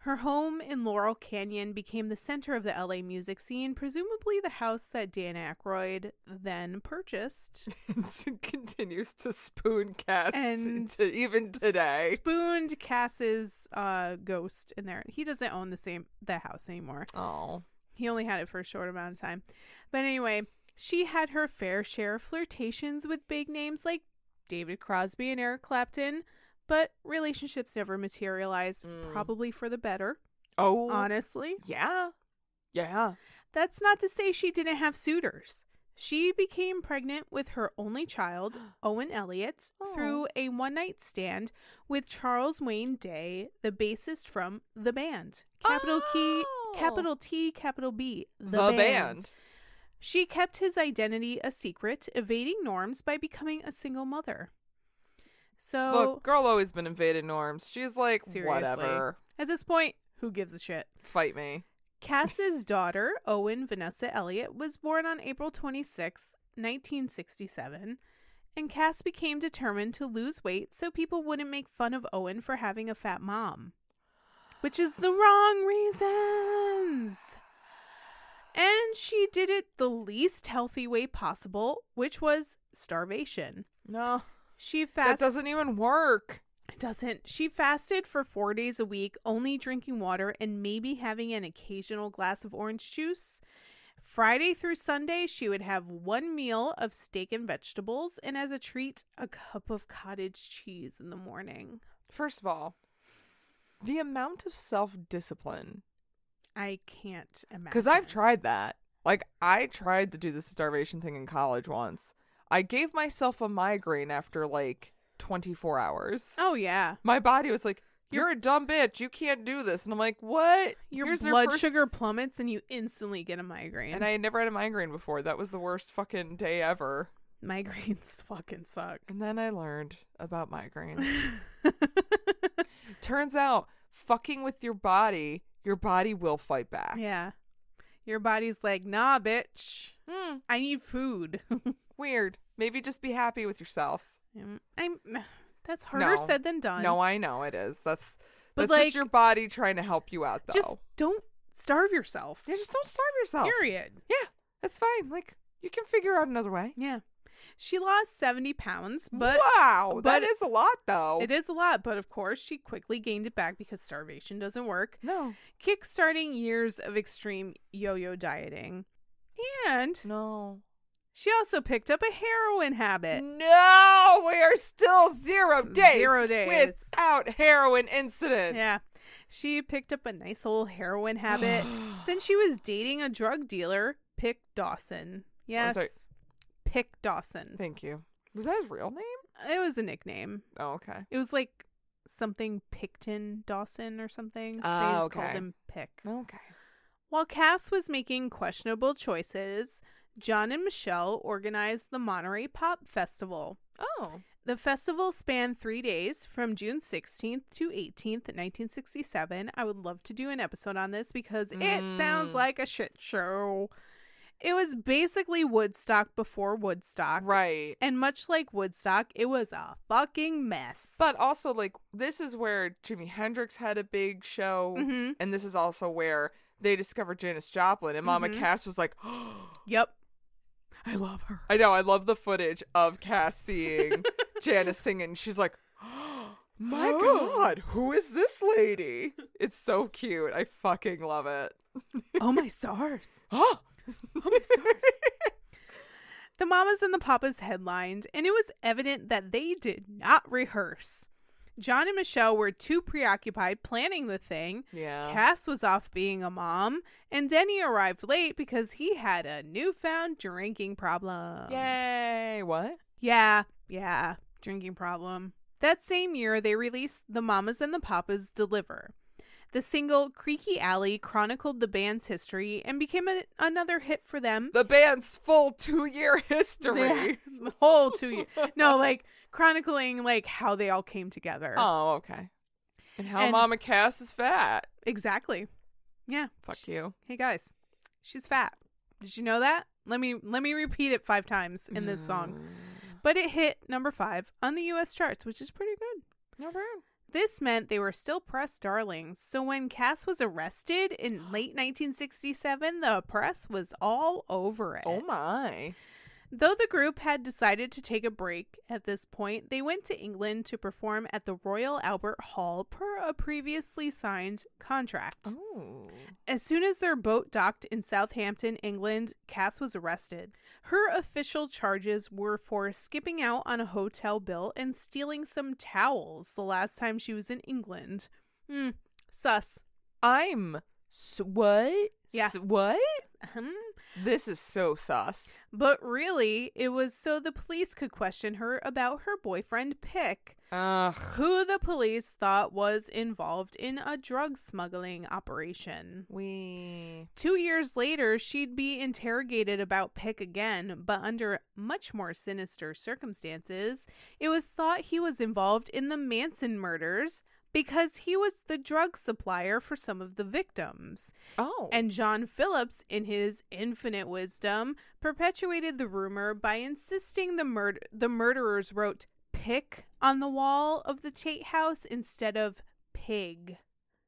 B: Her home in Laurel Canyon became the center of the LA music scene, presumably the house that Dan Aykroyd then purchased.
A: And continues to spoon Cass t-
B: And
A: to even today.
B: Spooned Cass's uh, ghost in there. He doesn't own the same the house anymore.
A: Oh.
B: He only had it for a short amount of time. But anyway, she had her fair share of flirtations with big names like David Crosby and Eric Clapton, but relationships never materialized, probably for the better,
A: Oh.
B: honestly.
A: Yeah. Yeah.
B: That's not to say she didn't have suitors. She became pregnant with her only child, Owen Elliott, through a one night stand with Charles Wayne Day, the bassist from the band. Capital key,
A: Oh.
B: capital T, capital B, the,
A: The band.
B: She kept his identity a secret, evading norms by becoming a single mother. So,
A: Look, girl always been invaded norms. She's like,
B: seriously,
A: whatever.
B: at this point, who gives a shit?
A: Fight me.
B: Cass's daughter, Owen Vanessa Elliott, was born on April 26, 1967, and Cass became determined to lose weight so people wouldn't make fun of Owen for having a fat mom, which is the wrong reasons. And she did it the least healthy way possible, which was starvation.
A: No.
B: She
A: That
B: fast
A: doesn't even work.
B: it doesn't. She fasted for four days a week, only drinking water and maybe having an occasional glass of orange juice. Friday through Sunday, she would have one meal of steak and vegetables, and as a treat, a cup of cottage cheese in the morning.
A: First of all, the amount of self discipline
B: I can't imagine.
A: Because I've tried that. Like, I tried to do the starvation thing in college once. I gave myself a migraine after like 24 hours.
B: Oh, yeah.
A: My body was like, You're a dumb bitch. You can't do this. And I'm like, What?
B: Your
A: Here's
B: blood
A: first-"
B: sugar plummets, and you instantly get a migraine.
A: And I had never had a migraine before. That was the worst fucking day ever.
B: Migraines fucking suck.
A: And then I learned about migraines. Turns out, fucking with your body, your body will fight back.
B: yeah. Your body's like, nah, bitch.
A: Hmm,
B: I need food.
A: weird. Maybe just be happy with yourself.
B: Mm, I'm. That's harder said than done.
A: No, I know it is. That's
B: But,
A: that's
B: like,
A: just your body trying to help you out, though.
B: just don't starve yourself.
A: yeah, just don't starve yourself.
B: Period.
A: Yeah, that's fine. Like you can figure out another way.
B: Yeah, she lost seventy pounds, but
A: wow,
B: but-
A: that is a lot, though.
B: it is a lot. But of course, she quickly gained it back because starvation doesn't work.
A: No,
B: Kickstarting years of extreme yo-yo dieting, and
A: no,
B: she also picked up a heroin habit.
A: no. We are still zero days,
B: Zero days.
A: without heroin incident.
B: Yeah. She picked up a nice old heroin habit since she was dating a drug dealer, Pick Dawson. Yes.
A: Oh, sorry.
B: Pick Dawson.
A: Thank you. Was that his real name?
B: It was a nickname.
A: Oh, okay.
B: It was like something Picton Dawson or something. So
A: Ah,
B: they just
A: okay.
B: called him Pick.
A: Okay.
B: While Cass was making questionable choices, John and Michelle organized the Monterey Pop Festival.
A: Oh.
B: The festival spanned three days from June 16th to 18th, 1967. I would love to do an episode on this because it sounds
A: Mm.
B: like a shit show. It was basically Woodstock before Woodstock.
A: Right.
B: And much like Woodstock, it was a fucking mess.
A: But also, like, this is where Jimi Hendrix had a big show, and this is also where they discovered Janis Joplin, and Mama Cass was like,
B: yep. I love her.
A: I know, I love the footage of Cass seeing Janis singing. She's like, my God, who is this lady? It's so cute. I fucking love it.
B: oh my stars.
A: Oh,
B: The mamas and the papas headlined, and it was evident that they did not rehearse. John and Michelle were too preoccupied planning the thing.
A: Yeah.
B: Cass was off being a mom, and Denny arrived late because he had a newfound drinking problem.
A: Yay. What?
B: Yeah, yeah, drinking problem. That same year, they released The Mamas and the Papas Deliver. The single Creaky Alley chronicled the band's history and became a- another hit for them.
A: The band's full two year
B: Yeah,
A: history.
B: the whole two years. No, like chronicling like how they all came together.
A: Oh, okay. And how
B: And-
A: Mama Cass is fat.
B: Exactly. Yeah.
A: Fuck you.
B: Hey guys, she's fat. Did you know that? Let me let me repeat it five times in this song. But it hit number five on the U.S. charts, which is pretty good.
A: No burn.
B: This meant they were still press darlings. So when Cass was arrested in late 1967, the press was all over it.
A: Oh my.
B: Though the group had decided to take a break at this point, they went to England to perform at the Royal Albert Hall per a previously signed contract.
A: Oh. Ooh.
B: As soon as their boat docked in Southampton, England, Cass was arrested. Her official charges were for skipping out on a hotel bill and stealing some towels the last time she was in England. Hmm, sus.
A: I'm. S- what?
B: Yeah.
A: S- what?
B: Ahem.
A: This is so sus.
B: But really, it was so the police could question her about her boyfriend, Pick.
A: Ugh.
B: who the police thought was involved in a drug smuggling operation.
A: We.
B: Two years later, she'd be interrogated about Pick again, but under much more sinister circumstances. It was thought he was involved in the Manson murders because he was the drug supplier for some of the victims.
A: Oh.
B: And John Phillips, in his infinite wisdom, perpetuated the rumor by insisting the murder the murderers wrote "pick" on the wall of the Tate house instead of "pig."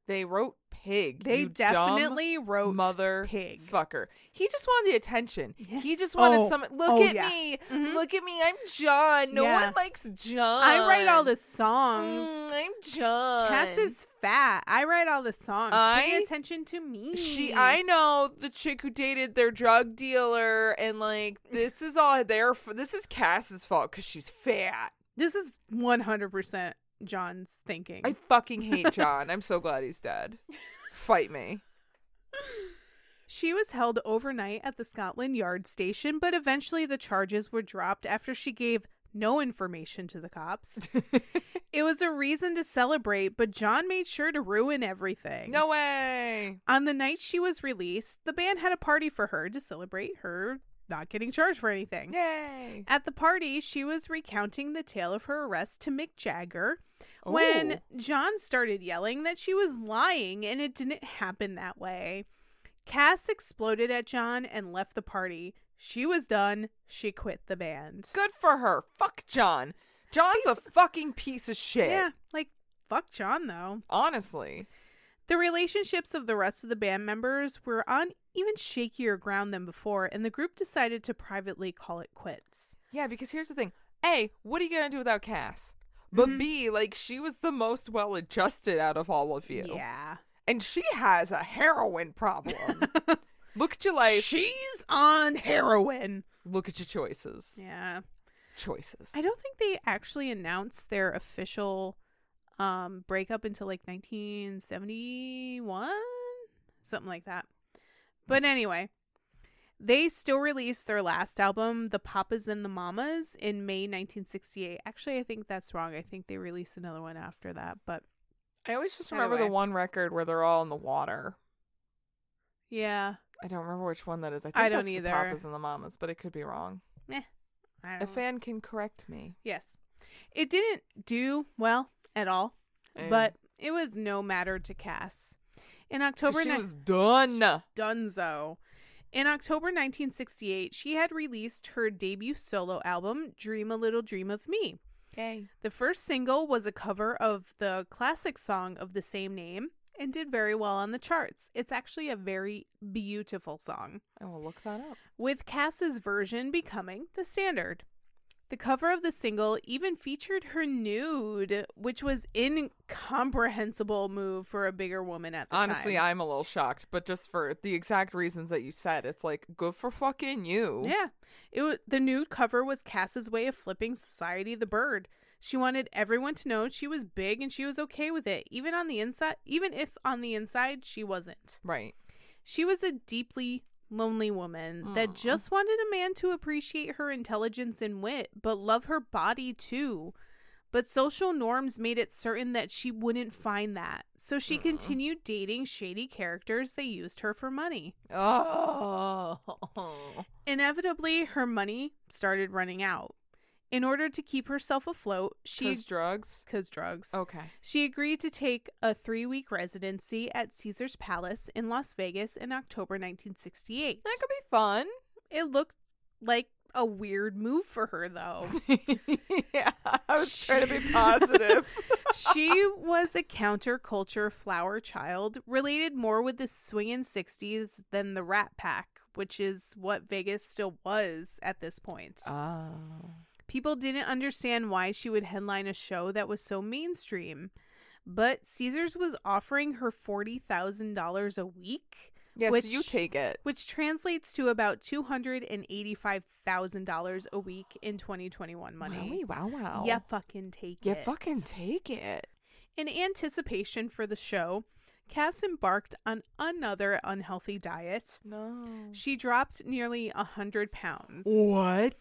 A: they wrote pig.
B: They
A: you dumb
B: definitely wrote
A: mother
B: pig.
A: fucker. He just wanted the attention.
B: Yeah.
A: He just wanted
B: Oh.
A: some. Look
B: Oh,
A: at
B: yeah.
A: me.
B: Mhm.
A: Look at me. I'm John. No
B: Yeah.
A: one likes John.
B: I write all the songs.
A: Mm, I'm John.
B: Cass is fat. I write all the songs.
A: I-
B: Pay attention to me.
A: She, I know the chick who dated their drug dealer, and like this is all their. f- This is Cass's fault because she's fat.
B: This is one hundred percent John's thinking.
A: I fucking hate John. I'm so glad he's dead. Fight me.
B: She was held overnight at the Scotland Yard station, but eventually the charges were dropped after she gave no information to the cops. it was a reason to celebrate, but John made sure to ruin everything.
A: No way.
B: On the night she was released, the band had a party for her to celebrate her not getting charged for anything.
A: Yay.
B: At the party, she was recounting the tale of her arrest to Mick Jagger when John started yelling that she was lying and it didn't happen that way. Cass exploded at John and left the party. She was done. She quit the band.
A: Good for her. Fuck John. John's a fucking piece of shit.
B: Yeah, like fuck John though.
A: Honestly.
B: The relationships of the rest of the band members were on even shakier ground than before, and the group decided to privately call it quits.
A: Yeah, because here's the thing. A, what are you gonna do without Cass? But
B: Mm-hmm.
A: B, like she was the most well adjusted out of all of you.
B: Yeah.
A: And she has a heroin problem. look at your life.
B: She's on heroin.
A: look at your choices.
B: Yeah.
A: Choices.
B: I don't think they actually announced their official um, breakup until like 1971, something like that. But anyway, they still released their last album, The Papas and the Mamas, in May 1968. Actually, I think that's wrong. I think they released another one after that. But
A: I always just
B: Either
A: remember
B: way.
A: the one record where they're all in the water.
B: yeah,
A: I don't remember which one that is. I, think
B: I don't
A: that's
B: either.
A: The Papas and the Mamas, but it could be wrong.
B: I
A: A
B: don't-
A: fan can correct me.
B: Yes. It didn't do well at all,
A: Mm.
B: but it was no matter to Cass. In October,
A: she
B: ni-
A: was done.
B: Dunzo. In October 1968, she had released her debut solo album, Dream a Little Dream of Me.
A: Yay.
B: The first single was a cover of the classic song of the same name and did very well on the charts. It's actually a very beautiful song
A: I will look that up.
B: with Cass's version becoming the standard. The cover of the single even featured her nude, which was incomprehensible move for a bigger woman at the
A: Honestly,
B: time.
A: I'm a little shocked, but just for the exact reasons that you said, it's like good for fucking you.
B: yeah, it was the nude cover was Cass's way of flipping society the bird. She wanted everyone to know she was big and she was okay with it, even on the inside, even if on the inside she wasn't.
A: Right.
B: She was a deeply lonely woman that just wanted a man to appreciate her intelligence and wit, but love her body too. But social norms made it certain that she wouldn't find that. So she continued dating shady characters that used her for money.
A: Oh.
B: Inevitably, her money started running out. In order to keep herself afloat, she.
A: She's drugs.
B: Because drugs.
A: Okay.
B: She agreed to take a three week residency at Caesar's Palace in Las Vegas in October 1968.
A: That could be fun.
B: It looked like a weird move for her, though.
A: Oh. yeah. I was trying to be positive.
B: she was a counterculture flower child, related more with the swingin' 60s than the Rat Pack, which is what Vegas still was at this point.
A: oh.
B: People didn't understand why she would headline a show that was so mainstream. But Caesars was offering her $40,000 a week.
A: Yes,
B: which,
A: you take it.
B: Which translates to about $285,000 a week in 2021 money.
A: Wowie, Wow, wow.
B: Yeah, fucking take
A: You
B: it.
A: fucking take it.
B: In anticipation for the show, Cass embarked on another unhealthy diet.
A: No.
B: She dropped nearly a hundred pounds.
A: What?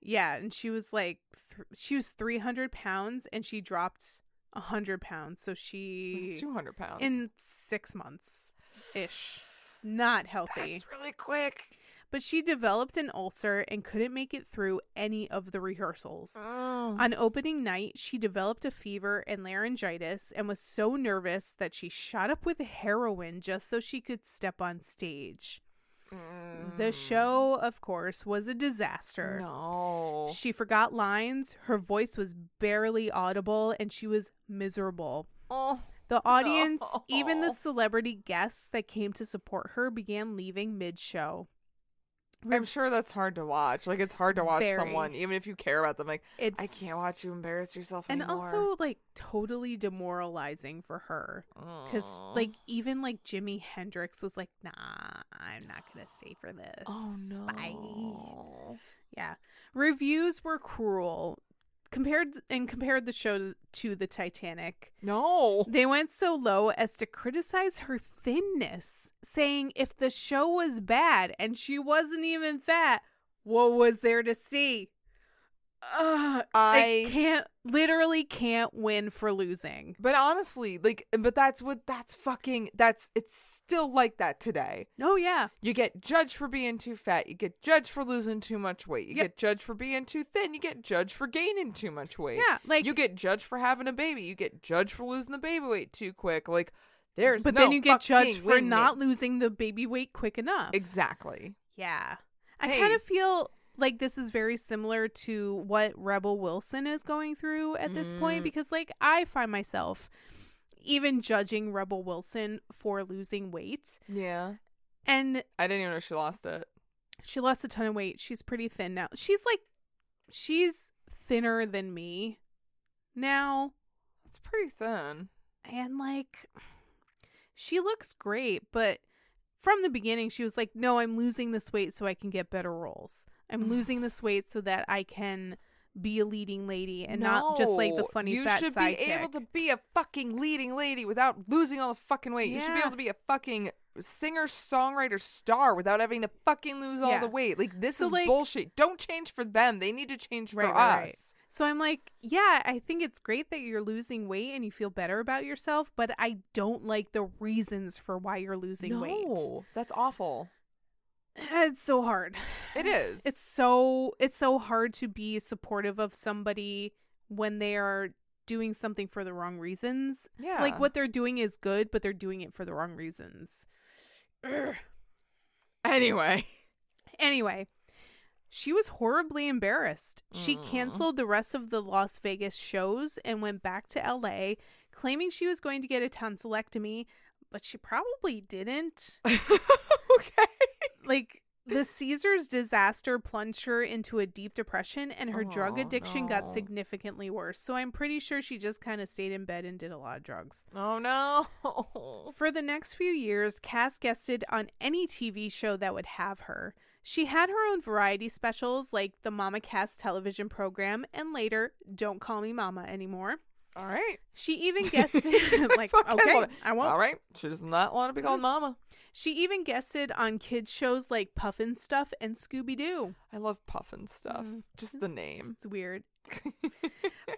B: Yeah, and she was like, th- she was three hundred pounds, and she dropped a hundred pounds. So she
A: Two hundred pounds.
B: in six months ish, not healthy.
A: That's really quick.
B: But she developed an ulcer and couldn't make it through any of the rehearsals.
A: Oh.
B: On opening night, she developed a fever and laryngitis and was so nervous that she shot up with heroin just so she could step on stage. The show, of course, was a disaster.
A: Mm. No.
B: She forgot lines, her voice was barely audible, and she was miserable.
A: Oh.
B: The audience, even the
A: No.
B: celebrity guests that came to support her, began leaving mid show.
A: I'm sure that's hard to watch. Like it's hard to watch
B: Very.
A: someone, even if you care about them. Like I
B: It's-
A: can't watch you embarrass yourself
B: and
A: anymore.
B: also like totally demoralizing for her because
A: Aw.
B: like even like jimi hendrix was like nah i'm not gonna stay for this
A: oh no.
B: Bye." yeah reviews were cruel compared and compared the show to the titanic
A: No.
B: they went so low as to criticize her thinness saying if the show was bad and she wasn't even fat what was there to see Ugh, I
A: I-
B: can't literally can't win for losing.
A: But honestly, like, but that's what that's fucking. That's it's still like that today.
B: Oh yeah.
A: You get judged for being too fat. You get judged for losing too much weight. You
B: Yep.
A: get judged for being too thin. You get judged for gaining too much weight.
B: Yeah, like-
A: you get judged for having a baby. You get judged for losing the baby weight too quick. Like there's
B: but
A: no
B: then you get
A: fucking
B: judged for
A: winning.
B: not losing the baby weight quick enough.
A: exactly.
B: yeah. I
A: Hey.
B: kind of feel like this is very similar to what Rebel Wilson is going through at this
A: Mm.
B: point because like I find myself even judging Rebel Wilson for losing weight
A: Yeah,
B: and
A: I didn't even know she lost it.
B: she lost a ton of weight. She's pretty thin now. She's like she's thinner than me now.
A: It's pretty thin.
B: and like she looks great but from the beginning she was like no i'm losing this weight so i can get better roles i'm losing this weight so that i can be a leading lady and not just like the
A: No,
B: funny
A: You
B: fat
A: should be
B: sidekick.
A: able to be a fucking leading lady without losing all the fucking weight. You should be
B: Yeah.
A: able to be a fucking singer, songwriter, star without having to fucking lose all
B: Yeah.
A: the weight. Like this
B: So,
A: is
B: like-
A: bullshit. Don't change for them. They need to change for us.
B: So I'm like, yeah, I think it's great that you're losing weight and you feel better about yourself, but I don't like the reasons for why you're losing weight.
A: No, that's awful.
B: It's so hard.
A: It is.
B: It's so it's so hard to be supportive of somebody when they are doing something for the wrong reasons.
A: Yeah.
B: Like what they're doing is good, but they're doing it for the wrong reasons.
A: anyway.
B: Anyway, she was horribly embarrassed. She canceled the rest of the Las Vegas shows and went back to LA, claiming she was going to get a tonsillectomy, but she probably didn't.
A: okay.
B: like, the Caesars disaster plunged her into a deep depression, and her drug
A: Oh,
B: addiction
A: no.
B: got significantly worse. So I'm pretty sure she just kind of stayed in bed and did a lot of drugs.
A: Oh no.
B: For the next few years, Cass guested on any TV show that would have her. She had her own variety specials like the Mama Cass television program and later Don't Call Me Mama Anymore.
A: All right.
B: She even guested like
A: Fuck, I
B: okay,
A: love it.
B: I won't. Mm.
A: All right. She does not want to be called mama.
B: She even guested on kids shows like Puffin Stuff and Scooby Doo.
A: I love puffin stuff.
B: Mm.
A: Just the name.
B: It's weird.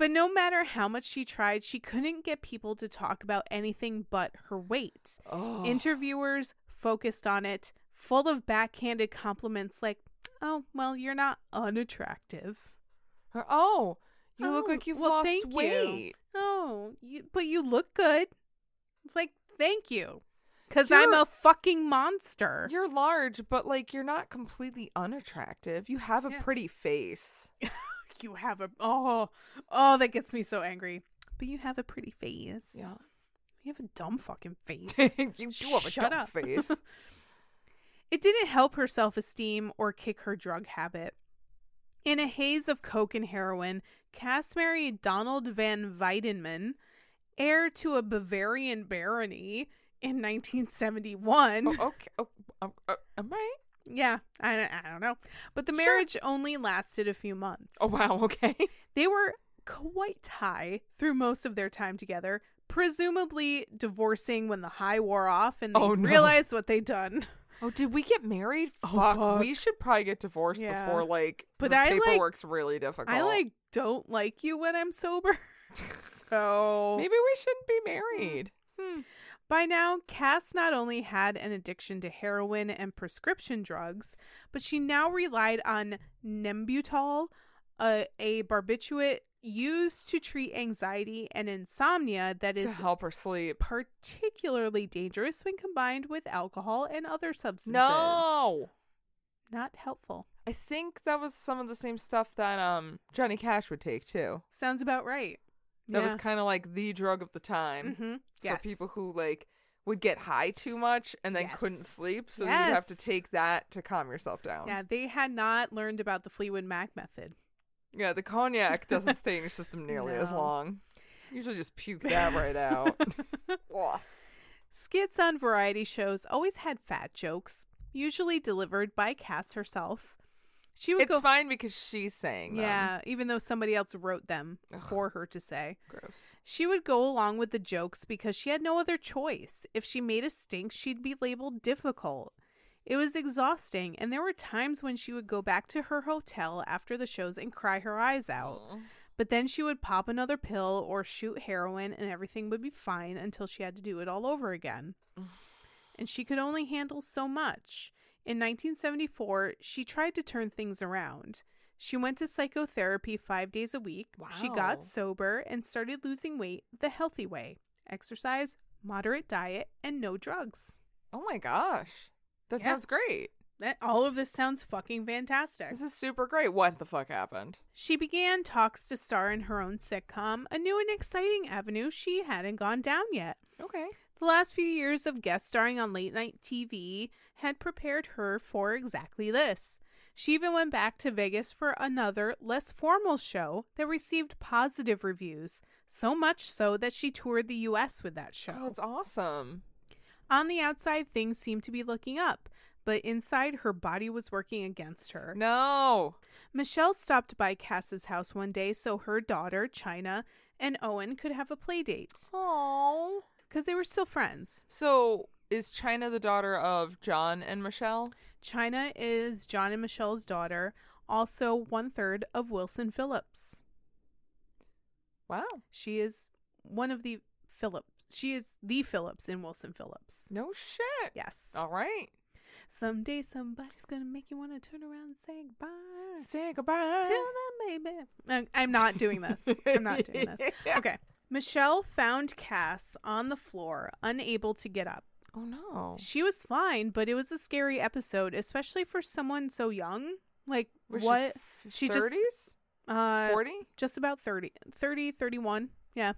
B: but no matter how much she tried, she couldn't get people to talk about anything but her weight.
A: Oh.
B: Interviewers focused on it, full of backhanded compliments like, oh, well, you're not unattractive.
A: Her- oh, you look
B: "Oh,
A: like you've
B: well,
A: lost
B: thank you."
A: weight.
B: Oh, you, but you look good. It's like, thank you. Because I'm
A: You're-
B: a fucking monster.
A: You. are large, but like you're not completely unattractive. You have a
B: Yeah.
A: pretty face.
B: You have a, oh, oh, that gets me so angry. But you have a pretty face.
A: Yeah,
B: You have a dumb fucking face.
A: you do have a
B: Shut
A: dumb
B: up.
A: face.
B: It didn't help her self esteem or kick her drug habit. In a haze of coke and heroin, Cass married Donald van Weidenman, heir to a Bavarian barony, in 1971.
A: oh, okay, oh, um, uh, am I?
B: Yeah, I, I don't know. But the
A: Sure.
B: marriage only lasted a few months.
A: Oh wow, okay.
B: They were quite high through most of their time together, presumably divorcing when the high wore off and they
A: Oh, no.
B: realized what they'd done.
A: Oh, did we get married?
B: Oh, fuck.
A: we should probably get divorced
B: Yeah.
A: before like
B: But
A: the
B: I, like-
A: paperwork's really difficult.
B: I like don't like you when I'm sober. so
A: Maybe we shouldn't be married.
B: by now, Cass not only had an addiction to heroin and prescription drugs, but she now relied on Nembutol, a, a barbiturate used to treat anxiety and insomnia that
A: To
B: is
A: help her sleep.
B: particularly dangerous when combined with alcohol and other substances.
A: No.
B: not helpful.
A: I think that was some of the same stuff that um Johnny Cash would take too.
B: Sounds about right.
A: That was
B: Yeah.
A: kind of like the drug of the time
B: Mhm.
A: for
B: Yes.
A: people who like would get high too much and then couldn't
B: Yes.
A: sleep, so you'd have to
B: Yes.
A: take that to calm yourself down.
B: Yeah, they had not learned about the Fleetwood Mac method.
A: Yeah, the cognac doesn't stay in your system nearly as
B: No.
A: long. You Usually just puke that right out. Ugh.
B: Skits on variety shows always had fat jokes, usually delivered by Cass herself. She would
A: it's
B: go,
A: fine because she's saying them.
B: yeah, even though somebody else wrote them for her to say.
A: Gross.
B: She would go along with the jokes because she had no other choice. If she made a stink, she'd be labeled difficult. It was exhausting, and there were times when she would go back to her hotel after the shows and cry her eyes out. But then she would pop another pill or shoot heroin, and everything would be fine until she had to do it all over again. and she could only handle so much. In 1974, she tried to turn things around. She went to psychotherapy five days a week. She
A: Wow.
B: got sober and started losing weight the healthy way exercise, moderate diet, and no drugs.
A: Oh my gosh. That
B: Yeah.
A: sounds great.
B: That, all of this sounds fucking fantastic.
A: This is super great. What the fuck happened?
B: She began talks to star in her own sitcom, a new and exciting avenue she hadn't gone down yet.
A: Okay.
B: The last few years of guest starring on late night TV had prepared her for exactly this. She even went back to Vegas for another, less formal show that received positive reviews, so much so that she toured the US with that show.
A: Oh, that's awesome.
B: On the outside, things seemed to be looking up. but inside her body was working against her.
A: No.
B: Michelle stopped by Cass's house one day so her daughter, China, and Owen could have a play date
A: Oh.
B: because they were still friends.
A: So is China the daughter of John and Michelle?
B: China is John and Michelle's daughter, also one third of Wilson Phillips.
A: Wow.
B: She is one of the Phillips. She is the Phillips in Wilson Phillips.
A: No shit.
B: Yes.
A: All right.
B: Someday somebody's gonna make you want to turn around and say goodbye.
A: Say goodbye.
B: Till then, baby. I'm- I'm not doing this. I'm not doing this. Okay. Michelle found Cass on the floor, unable to get up.
A: Oh no.
B: She was fine, but it was a scary episode, especially for someone so young. Like
A: Was
B: what?
A: She
B: just
A: thirties,
B: uh,
A: forty.
B: just about 30, 30, 31. Yeah.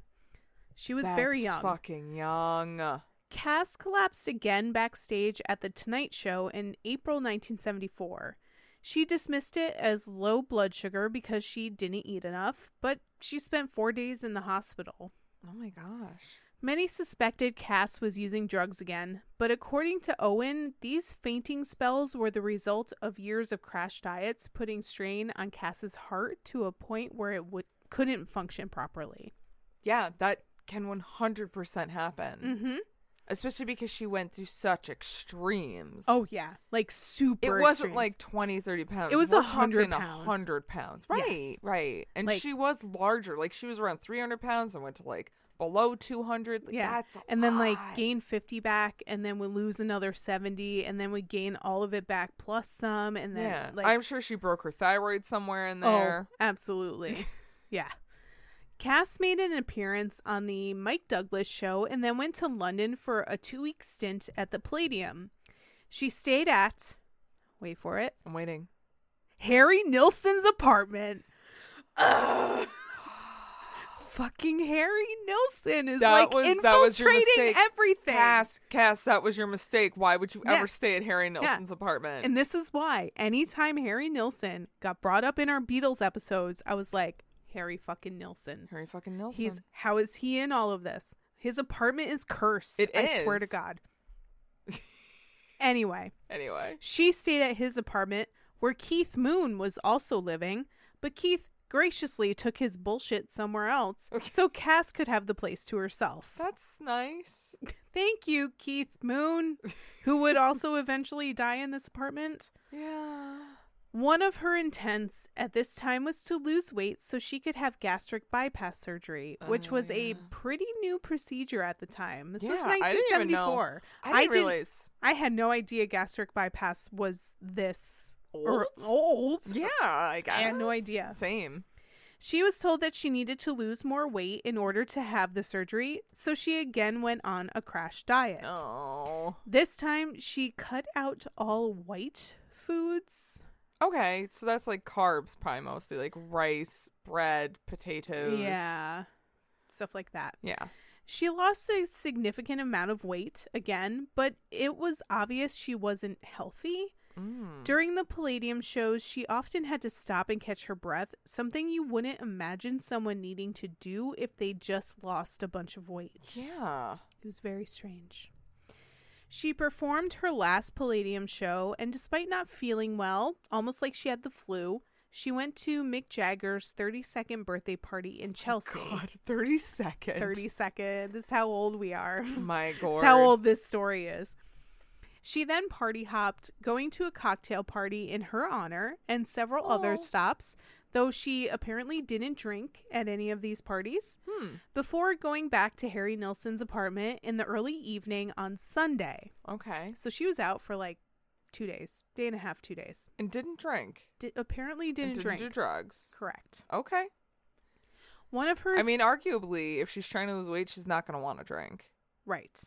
B: She was very young.
A: Fucking young. Oh
B: Cass collapsed again backstage at The Tonight Show in April 1974. She dismissed it as low blood sugar because she didn't eat enough, but she spent four days in the hospital.
A: Oh my gosh.
B: Many suspected Cass was using drugs again, but according to Owen, these fainting spells were the result of years of crash diets putting strain on Cass's heart to a point where it would, couldn't function properly.
A: Yeah, that can one hundred percent happen.
B: Mm-hmm.
A: Especially because she went through such extremes.
B: Oh, yeah. Like
A: It
B: super.
A: wasn't
B: extremes.
A: like 20, 30 pounds.
B: It was
A: We're
B: 100
A: talking
B: pounds.
A: 100 pounds.
B: Yes.
A: Right, right. And
B: Like-
A: she was larger. Like, she was around 300 pounds and went to like below 200. Like,
B: Yeah.
A: That's a
B: and then like
A: lot.
B: gain 50 back and then we lose another 70 and then we gain all of it back plus some and then
A: Yeah.
B: like
A: I'm sure she broke her thyroid somewhere in
B: oh,
A: there.
B: absolutely. yeah. Cass made an appearance on the Mike Douglas show and then went to London for a 2-week stint at the Palladium. She stayed at wait for it,
A: I'm waiting.
B: Harry Nilsson's apartment. Ugh. Fucking Harry Nilsson is
A: That
B: like
A: was-
B: infiltrating
A: that was your mistake.
B: everything.
A: Cass, Cass, that was your mistake. Why would you
B: Yeah.
A: ever stay at Harry Nilsson's apartment?
B: And this is why anytime Harry Nilsson got brought up in our Beatles episodes, I was like, Harry fucking Nilsson.
A: Harry fucking Nilsson.
B: He's how is he in all of this? His apartment is cursed.
A: It
B: I swear to
A: is.
B: God. anyway,
A: anyway.
B: she stayed at his apartment where Keith Moon was also living, but Keith graciously took his bullshit somewhere else so Cass could have the place to herself.
A: That's nice.
B: Thank you, Keith Moon, who would also eventually die in this apartment.
A: Yeah.
B: One of her intents at this time was to lose weight so she could have gastric bypass surgery, which was a pretty new procedure at the time. This was
A: Oh, Yeah, I didn't even know.
B: 1974.
A: I didn't realize.
B: I had no idea gastric bypass was this or-
A: Old?
B: old.
A: Yeah, I guess.
B: had no idea.
A: Same.
B: She was told that she needed to lose more weight in order to have the surgery, so she again went on a crash diet.
A: Oh.
B: This time, she cut out all white foods.
A: Okay, so that's like carbs, probably mostly like rice, bread, potatoes.
B: Yeah. Stuff like that.
A: Yeah.
B: She lost a significant amount of weight again, but it was obvious she wasn't healthy.
A: Mm.
B: During the Palladium shows, she often had to stop and catch her breath, something you wouldn't imagine someone needing to do if they just lost a bunch of weight.
A: Yeah.
B: It was very strange. She performed her last Palladium show, and despite not feeling well, almost like she had the flu, she went to Mick Jagger's 32nd birthday party in Chelsea.
A: Oh, God, 30 seconds.
B: 32nd. This is how old we are.
A: My
B: This
A: god.
B: is how old this story is. She then party hopped, going to a cocktail party in her honor and several other stops, though she apparently didn't drink at any of these parties,
A: Hmm.
B: before going back to Harry Nilsson's apartment in the early evening on Sunday.
A: Okay.
B: So she was out for like two days, day and a half, two days.
A: And didn't drink.
B: Di- apparently
A: And
B: didn't, drink.
A: do drugs.
B: Correct.
A: Okay.
B: One of her.
A: I mean,
B: s-
A: arguably, if she's trying to lose weight, she's not going to want to drink.
B: right.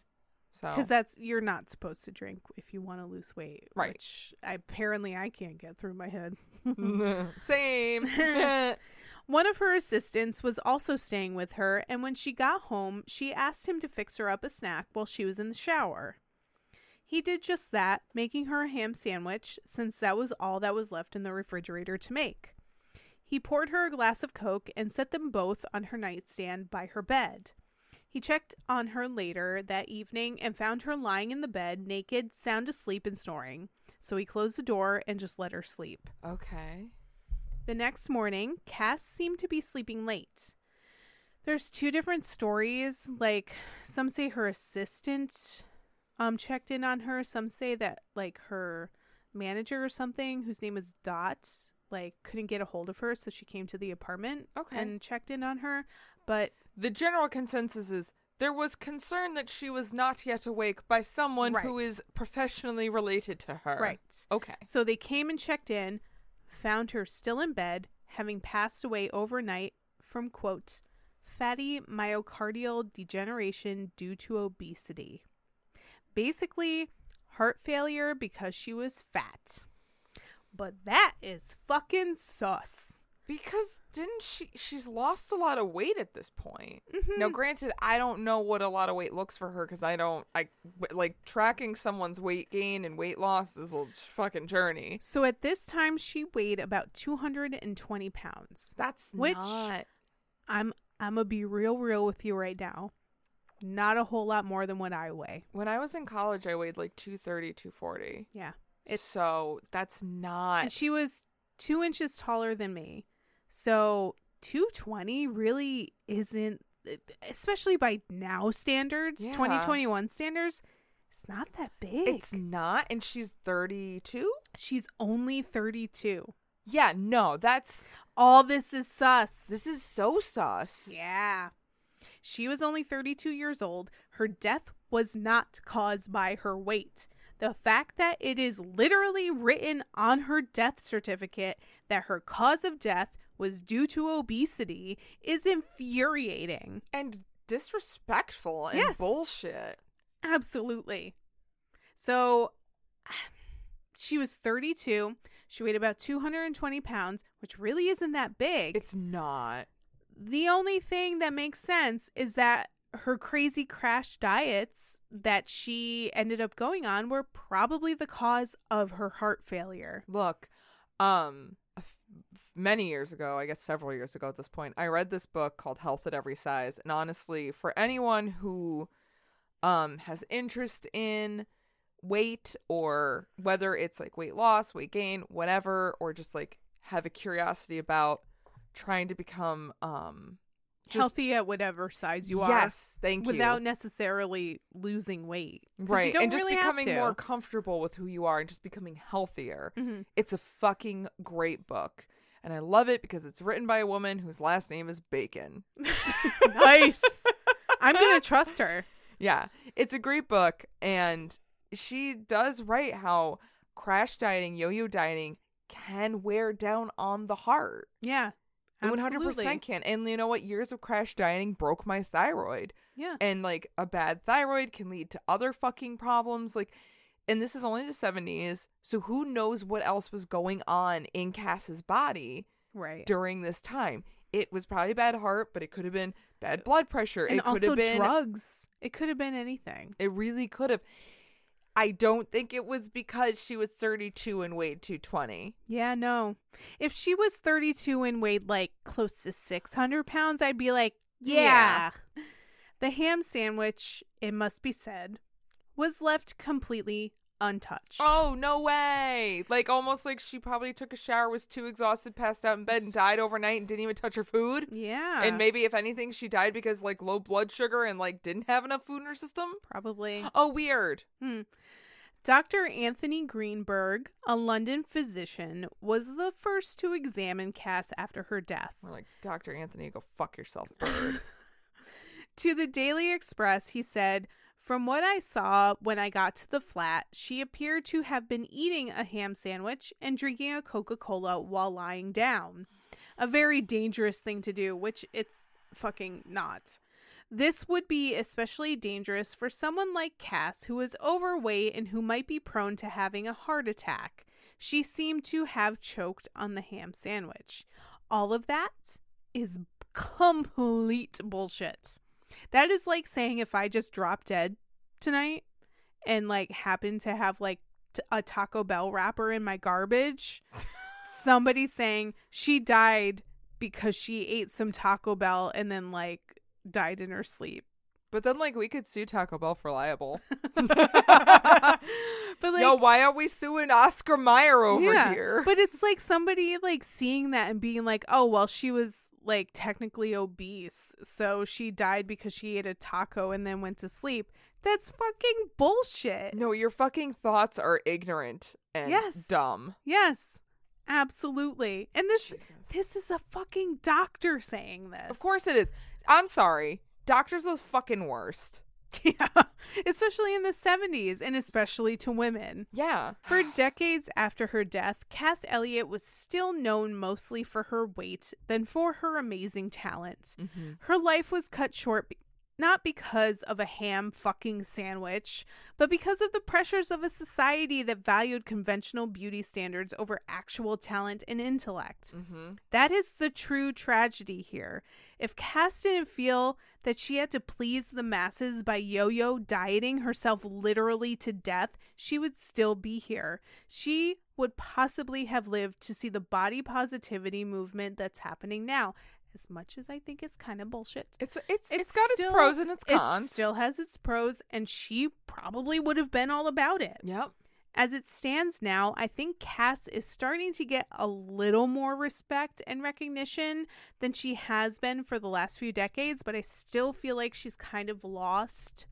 A: So.
B: because that's you're not supposed to drink if you want to lose weight
A: Right.
B: which apparently i can't get through my head
A: Same.
B: one of her assistants was also staying with her and when she got home she asked him to fix her up a snack while she was in the shower he did just that making her a ham sandwich since that was all that was left in the refrigerator to make he poured her a glass of coke and set them both on her nightstand by her bed He checked on her later that evening and found her lying in the bed, naked, sound asleep, and snoring. So he closed the door and just let her sleep.
A: Okay.
B: The next morning, Cass seemed to be sleeping late. There's two different stories. Like some say her assistant um checked in on her. Some say that like her manager or something, whose name is Dot, like couldn't get a hold of her, so she came to the apartment
A: Okay.
B: and checked in on her. But
A: The general consensus is there was concern that she was not yet awake by someone who
B: Right.
A: is professionally related to her.
B: Right.
A: Okay.
B: So they came and checked in, found her still in bed, having passed away overnight from quote fatty myocardial degeneration due to obesity. Basically, heart failure because she was fat. But that is fucking sus.
A: Because didn't she? She's lost a lot of weight at this point. Now, granted, I don't know what a lot of weight looks for her because I don't. I like tracking someone's weight gain and weight loss is a fucking journey.
B: So at this time, she weighed about 220 pounds.
A: That's
B: Which-
A: not-
B: I'm I'm gonna be real real with you right now. Not a whole lot more than what I weigh.
A: When I was in college, I weighed like 230, 240.
B: Yeah,
A: It's so that's
B: and
A: not.
B: she was two inches taller than me so 220 really isn't especially by now standards
A: Yeah.
B: 2021 standards it's not that big
A: It's not, and she's 32.
B: she's only 32
A: Yeah, no, that's
B: all this is sus
A: this is so sus.
B: yeah she was only 32 years old her death was not caused by her weight the fact that it is literally written on her death certificate that her cause of death was due to obesity is infuriating.
A: and disrespectful and
B: Yes.
A: bullshit.
B: Absolutely. So she was 32. She weighed about 220 pounds, which really isn't that big.
A: It's not.
B: the only thing that makes sense is that her crazy crash diets that she ended up going on were probably the cause of her heart failure.
A: Look, um, a f- f- many years ago, I guess several years ago at this point, I read this book called Health at Every Size, and honestly, for anyone who um has interest in weight or whether it's like weight loss, weight gain, whatever, or just like have a curiosity about trying to become um just-
B: Healthy at whatever size you are.
A: Yes, thank you.
B: Without necessarily losing weight. 'Cause you
A: right
B: don't
A: and just
B: really have
A: becoming
B: to. Mm-hmm.
A: more comfortable with who you are and just becoming healthier Mm. it's a fucking great book and i love it because it's written by a woman whose last name is bacon
B: nice. I'm gonna trust her.
A: yeah it's a great book and she does write how crash dieting yo-yo dieting can wear down on the heart
B: Yeah,
A: It 100% can and you know what years of crash dieting broke my thyroid
B: Yeah,
A: and like a bad thyroid can lead to other fucking problems like and this is only the 70s so who knows what else was going on in cass's body
B: right.
A: during this time it was probably bad heart but it could have been bad blood pressure
B: and
A: it could
B: also
A: have been
B: drugs. It could have been anything.
A: it really could have i don't think it was because she was 32 and weighed 220
B: Yeah, no. If she was 32 and weighed like close to 600 pounds, I'd be like, yeah.
A: Yeah.
B: The ham sandwich, it must be said, was left completely untouched.
A: oh no way like almost like she probably took a shower was too exhausted passed out in bed and died overnight and didn't even touch her food
B: yeah.
A: And maybe if anything, she died because like low blood sugar and like didn't have enough food in her system.
B: probably.
A: Oh, weird.
B: Hmm. Dr. Anthony Greenberg, a London physician, was the first to examine Cass after her death.
A: We're like, Dr. Anthony, go fuck yourself, bird.
B: To the Daily Express, he said, From what I saw when I got to the flat, she appeared to have been eating a ham sandwich and drinking a Coca Cola while lying down. A very dangerous thing to do, which it's fucking not. This would be especially dangerous for someone like Cass, who is overweight and who might be prone to having a heart attack. She seemed to have choked on the ham sandwich. All of that is complete bullshit. That is like saying if I just drop dead tonight and like happen to have like t- a Taco Bell wrapper in my garbage, somebody saying she died because she ate some Taco Bell and then like died in her sleep.
A: But then, like, we could sue Taco Bell for liable.
B: but like,
A: Yo, why aren't we suing Oscar Mayer over
B: yeah,
A: here?
B: But it's like somebody like seeing that and being like, "Oh, well, she was like technically obese, so she died because she ate a taco and then went to sleep." That's fucking bullshit.
A: no, your fucking thoughts are ignorant and
B: Yes.
A: dumb.
B: Yes, absolutely. And this
A: Jesus.
B: this is a fucking doctor saying this.
A: Of course it is. I'm sorry. Doctors are the fucking worst.
B: yeah. Especially in the 70s and especially to women.
A: Yeah.
B: For decades after her death, Cass Elliot was still known mostly for her weight than for her amazing talent.
A: Mm-hmm.
B: Her life was cut short be- not because of a ham fucking sandwich, but because of the pressures of a society that valued conventional beauty standards over actual talent and intellect. That is the true tragedy here. If Cass didn't feel that she had to please the masses by yo yo dieting herself literally to death, she would still be here. She would possibly have lived to see the body positivity movement that's happening now, as much as I think it's kind of bullshit.
A: It's it's it's
B: It
A: got
B: still-
A: its pros and its
B: it
A: cons.
B: still has its pros, and she probably would have been all about it.
A: Yep.
B: As it stands now, I think Cass is starting to get a little more respect and recognition than she has been for the last few decades, but I still feel like she's kind of lost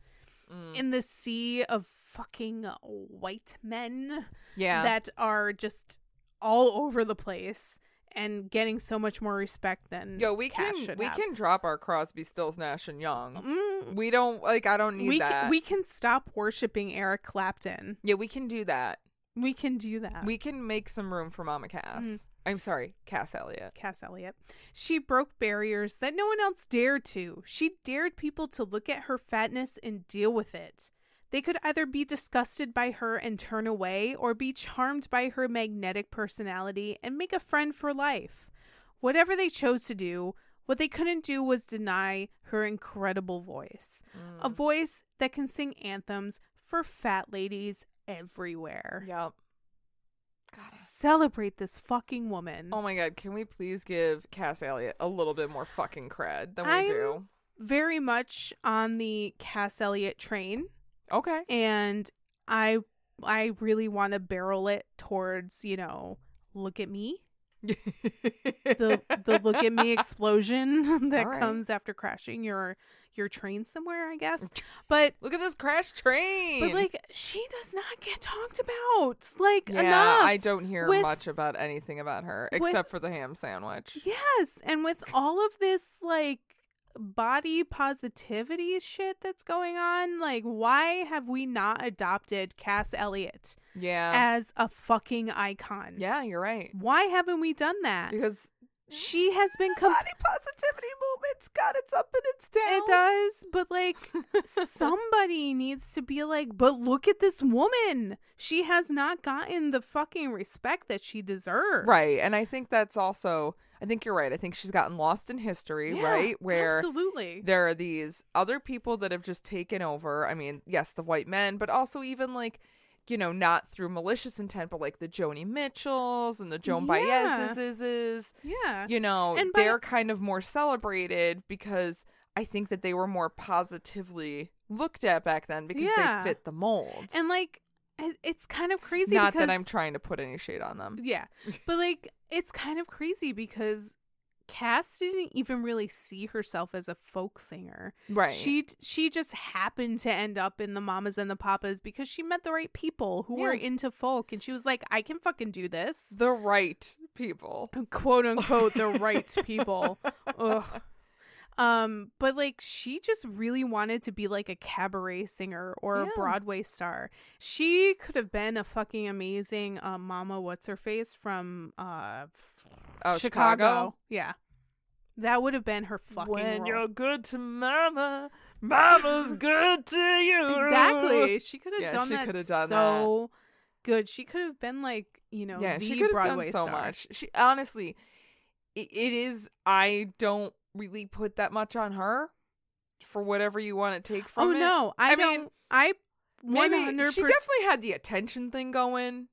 A: Mm.
B: in the sea of fucking white men
A: Yeah.
B: that are just all over the place and getting so much more respect than
A: Yo, we
B: Cass
A: can
B: should
A: we
B: have.
A: can drop our Crosby, Stills, Nash and Young.
B: Mm,
A: We don't like. I don't need
B: we
A: that.
B: can, we can stop worshiping Eric Clapton.
A: yeah, we can do that.
B: We can do that.
A: We can make some room for Mama Cass.
B: Mm.
A: I'm sorry, Cass Elliot.
B: Cass Elliot. She broke barriers that no one else dared to. She dared people to look at her fatness and deal with it. They could either be disgusted by her and turn away, or be charmed by her magnetic personality and make a friend for life. Whatever they chose to do, what they couldn't do was deny her incredible voice. A
A: Mm.
B: voice that can sing anthems for fat ladies everywhere.
A: Yep.
B: Celebrate this fucking woman.
A: Oh my god, can we please give Cass Elliot a little bit more fucking cred than we
B: I'm-
A: do?
B: very much on the Cass Elliot train
A: Okay.
B: and I I really want to barrel it towards, you know, look at me. The the look at me explosion that
A: All right.
B: comes after crashing your your train somewhere, I guess. But
A: Look at this crash train.
B: but like she does not get talked about like
A: yeah,
B: enough.
A: I don't hear
B: with-
A: much about anything about her
B: with-
A: except for the ham sandwich.
B: Yes, and with all of this like body positivity shit that's going on, like why have we not adopted Cass Elliot
A: Yeah.
B: as a fucking icon?
A: yeah, you're right.
B: Why haven't we done that?
A: Because
B: she has been
A: the
B: com-
A: body positivity movement's got its up and its down.
B: it does, but like somebody needs to be like, but look at this woman. She has not gotten the fucking respect that she deserves.
A: Right. And I think that's also I think you're right. I think she's gotten lost in history,
B: Yeah,
A: right? Where
B: absolutely.
A: there are these other people that have just taken over. I mean, yes, the white men, but also even like, you know, not through malicious intent, but like the Joni Mitchells and the Joan
B: Yeah.
A: Baez's,
B: yeah.
A: you know,
B: And by-
A: they're kind of more celebrated because I think that they were more positively looked at back then because
B: Yeah.
A: they fit the mold.
B: And like, it- it's kind of crazy.
A: not
B: because,
A: that I'm trying to put any shade on them.
B: Yeah, but like, it's kind of crazy because Cass didn't even really see herself as a folk singer.
A: Right.
B: She she just happened to end up in the Mamas and the Papas because she met the right people who were
A: Yeah.
B: into folk, and she was like, I can fucking do this.
A: The right people.
B: quote unquote the right people. Ugh. Um, but like she just really wanted to be like a cabaret singer or a
A: Yeah.
B: Broadway star. She could have been a fucking amazing uh, Mama What's Her Face from uh
A: Oh, Chicago.
B: Yeah. That would have been her fucking role.
A: good to mama, mama's good to you.
B: Exactly. She could have
A: Yeah,
B: done
A: she
B: that
A: could have done that.
B: so good. She could have been like, you know,
A: yeah,
B: the
A: she could have
B: Broadway
A: done so
B: star.
A: much. She honestly, i it is. I don't really put that much on her for whatever you want to take from
B: Oh
A: it.
B: no, I,
A: I
B: don't
A: mean,
B: I one
A: Maybe
B: hundred
A: she
B: percent
A: definitely had the attention thing going,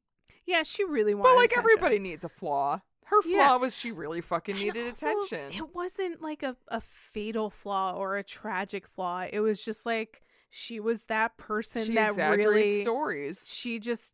B: Yeah, she really wanted.
A: but like
B: attention.
A: everybody needs a flaw. Her flaw
B: Yeah.
A: was she really fucking
B: And
A: needed
B: also,
A: attention.
B: It wasn't like a, a fatal flaw or a tragic flaw. It was just like she was that person
A: she
B: that
A: exaggerates
B: really
A: stories.
B: she just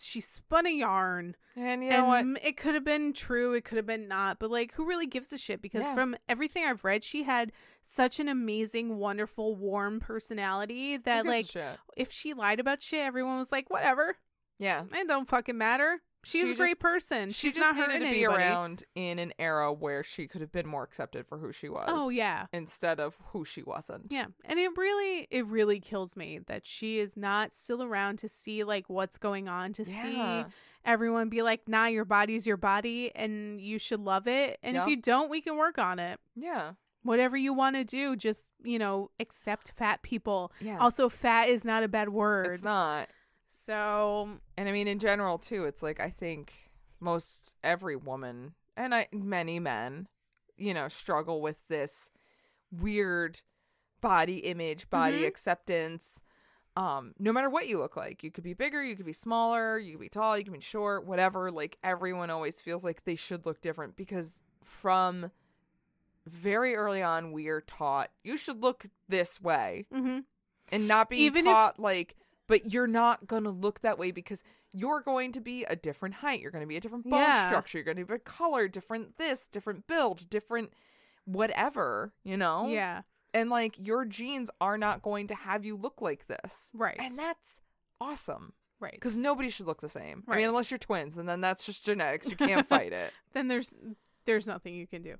B: she spun a yarn.
A: And you
B: and
A: know what?
B: m- it could have been true, it could have been not, but like who really gives a shit because
A: Yeah.
B: from everything I've read, she had such an amazing, wonderful, warm personality
A: Who
B: that
A: gives a
B: like
A: shit?
B: if she lied about shit, everyone was like, "Whatever.
A: yeah.
B: It don't fucking matter." She's
A: She
B: a great
A: just-
B: person.
A: she
B: She's
A: just
B: not
A: needed
B: hurting
A: to be
B: anybody.
A: around in an era where she could have been more accepted for who she was.
B: Oh yeah.
A: Instead of who she wasn't.
B: Yeah, and it really it really kills me that she is not still around to see like what's going on to
A: Yeah.
B: see everyone be like, "Nah, your body's your body and you should love it. And
A: Yeah.
B: if you don't, we can work on it.
A: Yeah.
B: Whatever you want to do, just, you know, accept fat people.
A: Yeah.
B: Also, fat is not a bad word.
A: It's not.
B: So,
A: And I mean, in general, too, it's like I think most every woman and I, many men, you know, struggle with this weird body image, body
B: Mhm.
A: acceptance. Um, no matter what you look like, you could be bigger, you could be smaller, you could be tall, you could be short, whatever. Like everyone always feels like they should look different because from very early on, we are taught you should look this way
B: mhm.
A: and not being
B: Even if-
A: taught like but you're not going to look that way because you're going to be a different height you're going to be a different bone
B: Yeah.
A: structure you're going to be a color different this different build different whatever you know
B: yeah.
A: and like your genes are not going to have you look like this
B: Right.
A: and that's awesome
B: Right.
A: because nobody should look the same i mean
B: Right.
A: unless you're twins and then that's just genetics you can't fight it
B: then there's there's nothing you can do.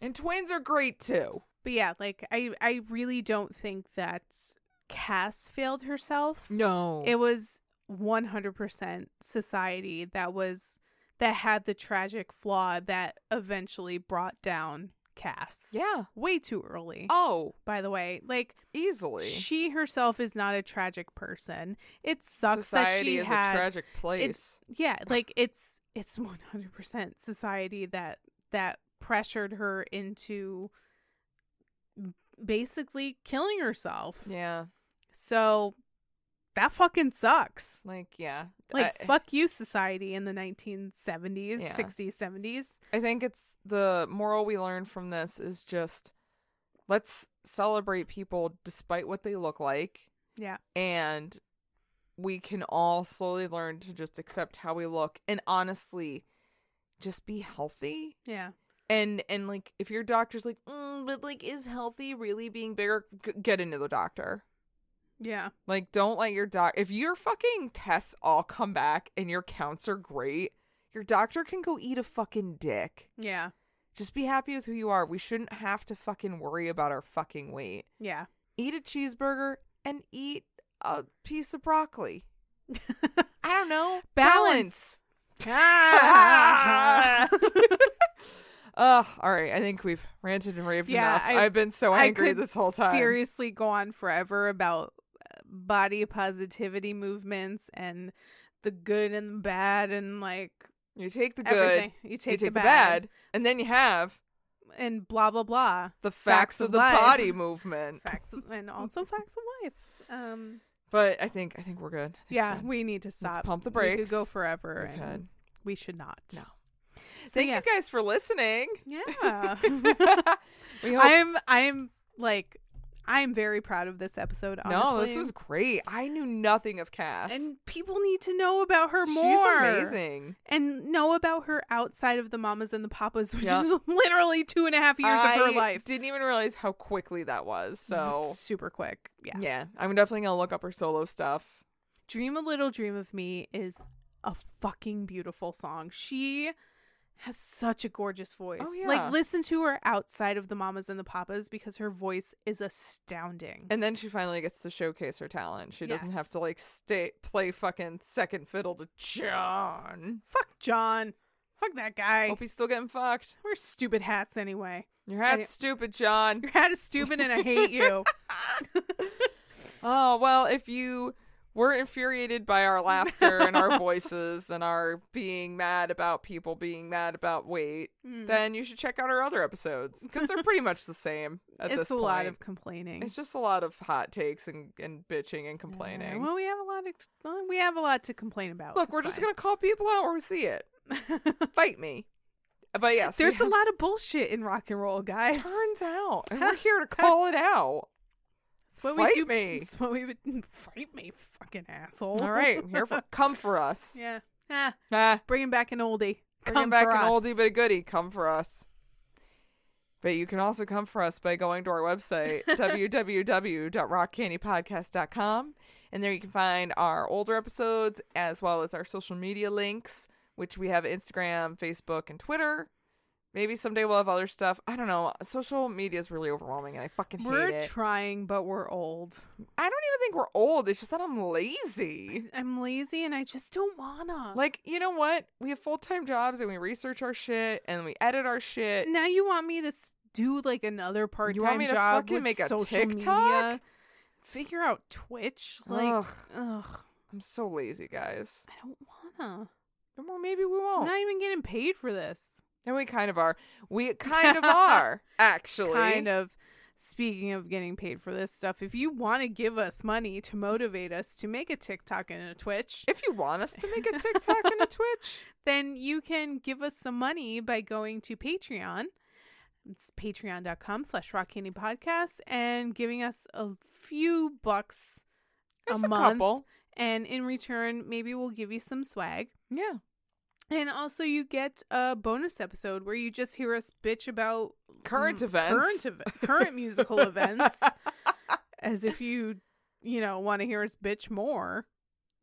A: and twins are great too
B: But yeah, like I I really don't think that Cass failed herself.
A: no
B: It was 100% society that was that had the tragic flaw that eventually brought down Cass.
A: yeah
B: Way too early.
A: oh
B: By the way, like
A: easily
B: she herself is not a tragic person. It sucks that
A: society
B: she
A: is
B: had
A: a tragic place
B: it's yeah, like it's it's 100% society that that pressured her into basically killing herself.
A: yeah
B: So that fucking sucks.
A: Like, yeah.
B: Like
A: I,
B: fuck you society in the 1970s,
A: Yeah.
B: 60s, 70s.
A: I think it's the moral we learn from this is just let's celebrate people despite what they look like.
B: Yeah.
A: And we can all slowly learn to just accept how we look and honestly just be healthy.
B: Yeah.
A: And and like if your doctor's like, mm, but like is healthy really being bigger? G- get into the doctor.
B: Yeah.
A: Like, don't let your doc. If your fucking tests all come back and your counts are great, your doctor can go eat a fucking dick.
B: Yeah.
A: Just be happy with who you are. We shouldn't have to fucking worry about our fucking weight.
B: Yeah.
A: Eat a cheeseburger and eat a piece of broccoli. I don't know.
B: Balance.
A: Balance. Ugh, all right. I think we've ranted and raved
B: Yeah,
A: enough.
B: I-
A: I've been so
B: I
A: angry
B: could
A: this whole time.
B: Seriously, go on forever about uh, body positivity movements and the good and the bad and like
A: You take the good,
B: everything. You take,
A: you
B: the,
A: take
B: bad,
A: the bad, and then you have
B: and blah blah blah.
A: the facts, of, the
B: life.
A: body movement.
B: facts of, and also facts of life. Um,
A: But I think I think we're good. I think we're
B: yeah,
A: good.
B: we need to stop.
A: pump the
B: We
A: brakes.
B: could go forever,
A: We
B: and
A: could.
B: we should not.
A: No.
B: So
A: Thank
B: yeah,
A: you guys for listening.
B: yeah.
A: We hope-
B: I'm I'm like I'm very proud of this episode. Honestly.
A: no, this was great. I knew nothing of Cass.
B: and people need to know about her
A: she's
B: more.
A: amazing.
B: and know about her outside of the mamas and the papas, which
A: Yeah.
B: is literally two and a half years
A: I
B: of her life.
A: Didn't even realize how quickly that was. So
B: super quick. Yeah.
A: yeah. I'm definitely gonna look up her solo stuff.
B: Dream a Little Dream of Me is a fucking beautiful song. She has such a gorgeous voice.
A: Oh, yeah.
B: Like listen to her outside of the mamas and the papas because her voice is astounding.
A: And then she finally gets to showcase her talent. She doesn't have
B: Yes.
A: to like stay play fucking second fiddle to John.
B: Fuck John. Fuck that guy.
A: Hope he's still getting fucked.
B: Wear stupid hats anyway.
A: Your hat's
B: I-
A: stupid, John.
B: Your hat is stupid and I hate you.
A: Oh, well, if you were infuriated by our laughter and our voices and our being mad about people being mad about weight,
B: Hmm.
A: then you should check out our other episodes because they're pretty much the same at
B: it's
A: this
B: a lot
A: point.
B: of complaining.
A: It's just a lot of hot takes and, and bitching and complaining.
B: Well, we have a lot of well, we have a lot to complain about.
A: Look, we're just going to call people out where we see it. Fight me. But yes, we
B: There's a
A: have-
B: lot of bullshit in rock and roll, guys.
A: Turns out, and we're here to call it out.
B: That's what
A: Fight
B: we do.
A: me.
B: That's what we would fight me, fucking asshole.
A: All right, here for come for us.
B: yeah. Ah,
A: Ah,
B: bringing back an oldie.
A: bringing
B: Come
A: back
B: for
A: an
B: us.
A: oldie but a goodie. Come for us. But you can also come for us by going to our website, www.rockcandypodcast.com. And there you can find our older episodes as well as our social media links, which we have Instagram, Facebook, and Twitter. Maybe someday we'll have other stuff. I don't know. Social media is really overwhelming and I fucking
B: We're
A: hate it.
B: trying, but we're old.
A: I don't even think we're old. It's just that I'm lazy.
B: I'm lazy and I just don't wanna.
A: Like, you know what? We have full time jobs and we research our shit and we edit our shit.
B: now you want me to s- do like another part
A: You want
B: time
A: me to
B: job
A: fucking
B: with
A: make a
B: social
A: TikTok?
B: media? Figure out Twitch. Like,
A: Ugh.
B: ugh,
A: I'm so lazy, guys.
B: I don't wanna.
A: Well, maybe we
B: I'm
A: won't.
B: not even getting paid for this.
A: And we kind of are. We kind of are, actually.
B: Kind of. Speaking of getting paid for this stuff, if you want to give us money to motivate us to make a TikTok and a Twitch,
A: If you want us to make a TikTok and a Twitch,
B: then you can give us some money by going to Patreon. It's patreon.com slash rock candy podcast and giving us a few bucks
A: Just
B: a,
A: a
B: month.
A: couple.
B: And in return, maybe we'll give you some swag.
A: yeah.
B: And also, you get a bonus episode where you just hear us bitch about
A: Current
B: mm,
A: events.
B: current, ev- current musical events, as if you, you know, want to hear us bitch more.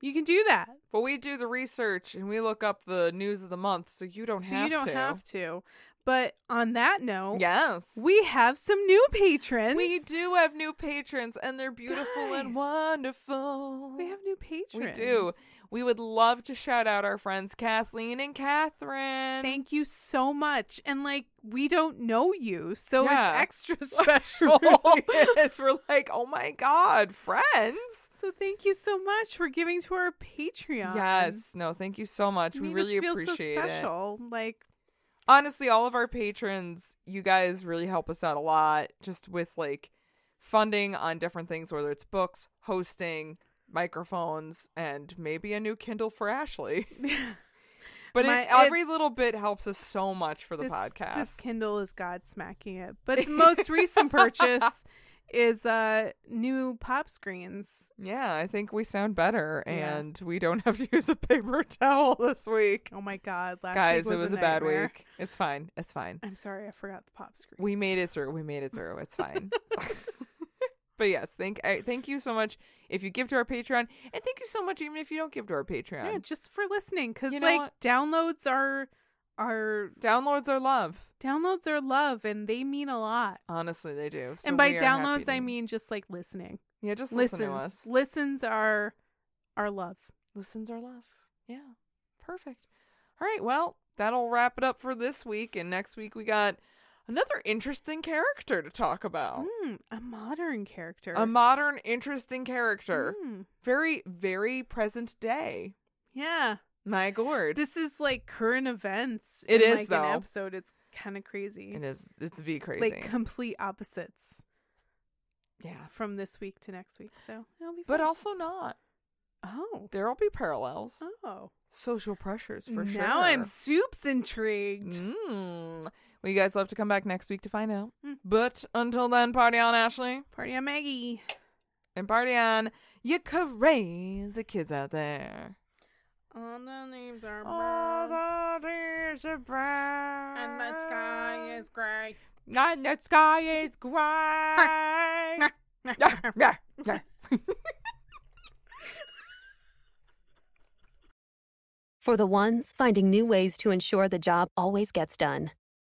B: You can do that.
A: But we do the research and we look up the news of the month, so you don't
B: so
A: have
B: you don't
A: to.
B: have to. But on that note,
A: Yes.
B: we have some new patrons.
A: we do have new patrons and they're beautiful and
B: Guys.
A: wonderful.
B: We have new
A: We
B: patrons.
A: do. We would love to shout out our friends Kathleen and Catherine.
B: Thank you so much. And like, we don't know you, so
A: Yeah.
B: it's extra special.
A: yes, we're like, oh my god, friends.
B: so thank you so much for giving to our Patreon.
A: Yes, no, thank you so much.
B: You
A: we
B: made
A: really
B: us feel
A: appreciate
B: so
A: it.
B: special. Like,
A: Honestly, all of our patrons, you guys really help us out a lot, just with like funding on different things, whether it's books, hosting, microphones, and maybe a new Kindle for Ashley. But
B: My-
A: it, every
B: it's-
A: little bit helps us so much for the
B: this,
A: podcast.
B: This Kindle is God smacking it. But the most recent purchase is uh new pop screens.
A: Yeah, I think we sound better,
B: Yeah.
A: and we don't have to use a paper towel this week.
B: Oh my God! Last
A: Guys,
B: week
A: it was a, bad
B: nightmare.
A: week. It's fine. It's fine.
B: I'm sorry, I forgot the pop screen.
A: We made it through. We made it through. It's fine. but yes, thank I, thank you so much if you give to our Patreon, and thank you so much even if you don't give to our Patreon.
B: yeah, just for listening, because
A: You know
B: like
A: what?
B: downloads are are
A: Downloads are love.
B: downloads are love, and they mean a lot.
A: Honestly, they do. So
B: and by
A: we are happy
B: downloads, I
A: to-
B: mean just like listening.
A: yeah, just listen
B: listens,
A: to us.
B: listens are are love.
A: listens are love. Yeah. Perfect. All right. Well, that'll wrap it up for this week. And next week, we got another interesting character to talk about
B: Mm, a modern character.
A: Oh. a modern, interesting character.
B: Mm,
A: Very, very present day.
B: yeah,
A: My gourd.
B: this is like current events.
A: It
B: in,
A: is,
B: like,
A: though.
B: An episode. It's kind of crazy.
A: it is. It's be crazy.
B: Like complete opposites
A: yeah.
B: from this week to next week. So it'll be.
A: But
B: fun.
A: also not.
B: oh
A: There'll be parallels.
B: oh.
A: Social pressures for sure.
B: Now I'm soups intrigued.
A: Mm. Well, you guys will have to come back next week to find out.
B: Mm.
A: But until then, party on, Ashley.
B: Party on Maggie.
A: and party on, you crazy kids out there.
B: All the names are
A: And
B: and the sky is gray.
A: and the sky is gray. Yeah, yeah, yeah.
C: For the ones finding new ways to ensure the job always gets done.